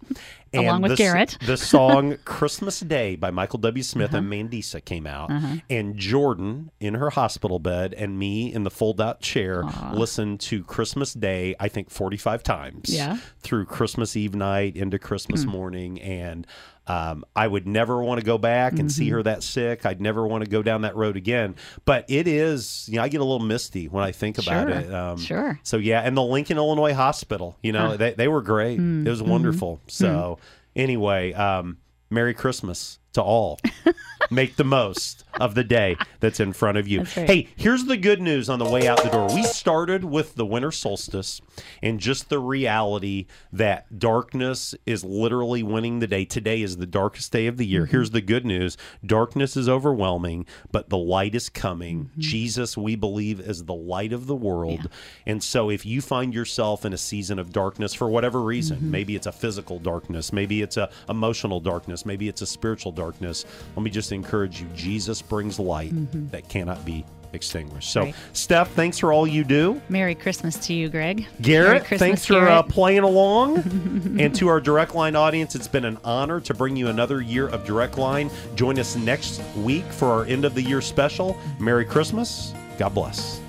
S2: Along with
S1: the s-
S2: Garrett.
S1: the song Christmas Day by Michael W. Smith
S10: Uh-huh.
S1: and Mandisa came out.
S2: Uh-huh.
S1: And Jordan in her hospital bed and me in the fold out chair listened to Christmas Day, I think, 45 times
S10: Yeah.
S1: through Christmas Eve night into Christmas
S10: Hmm.
S1: morning. And um, I would never want to go back and see
S10: Mhm.
S1: her that sick. I'd never want to go down that road again. But it is, you know, I get a little misty when I think about
S10: Sure.
S1: it. Um,
S10: Sure.
S1: So, yeah. And the Lincoln, Illinois Hospital, you
S10: Huh.
S1: know,
S10: Hmm.
S1: they, they were great.
S10: Mm,
S1: It was
S10: mhm.
S1: wonderful. So, anyway, um, Merry Christmas to all. Make the most of the day that's in front of you.
S10: That's right.
S1: Hey, here's the good news on the way out the door. We started with the winter solstice and just the reality that darkness is literally winning the day. Today is the darkest day of the year. Here's the good news darkness is overwhelming, but the light is coming. Jesus, we believe, is the light of the world. And so if you find yourself in a season of darkness for whatever reason, maybe it's a physical darkness, maybe it's a emotional darkness, maybe it's a spiritual darkness, let me just encourage you Jesus brings light
S2: Mhm.
S1: that cannot be extinguished. So,
S2: Right.
S1: Steph, thanks for all you do.
S2: Merry Christmas to you, Greg. Merry
S1: Garrett,
S2: Christmas,
S1: thanks for uh,
S2: Garrett.
S1: playing along. and to our Direct Line audience, it's been an honor to bring you another year of Direct Line. Join us next week for our end of the year special. Merry Christmas. God bless.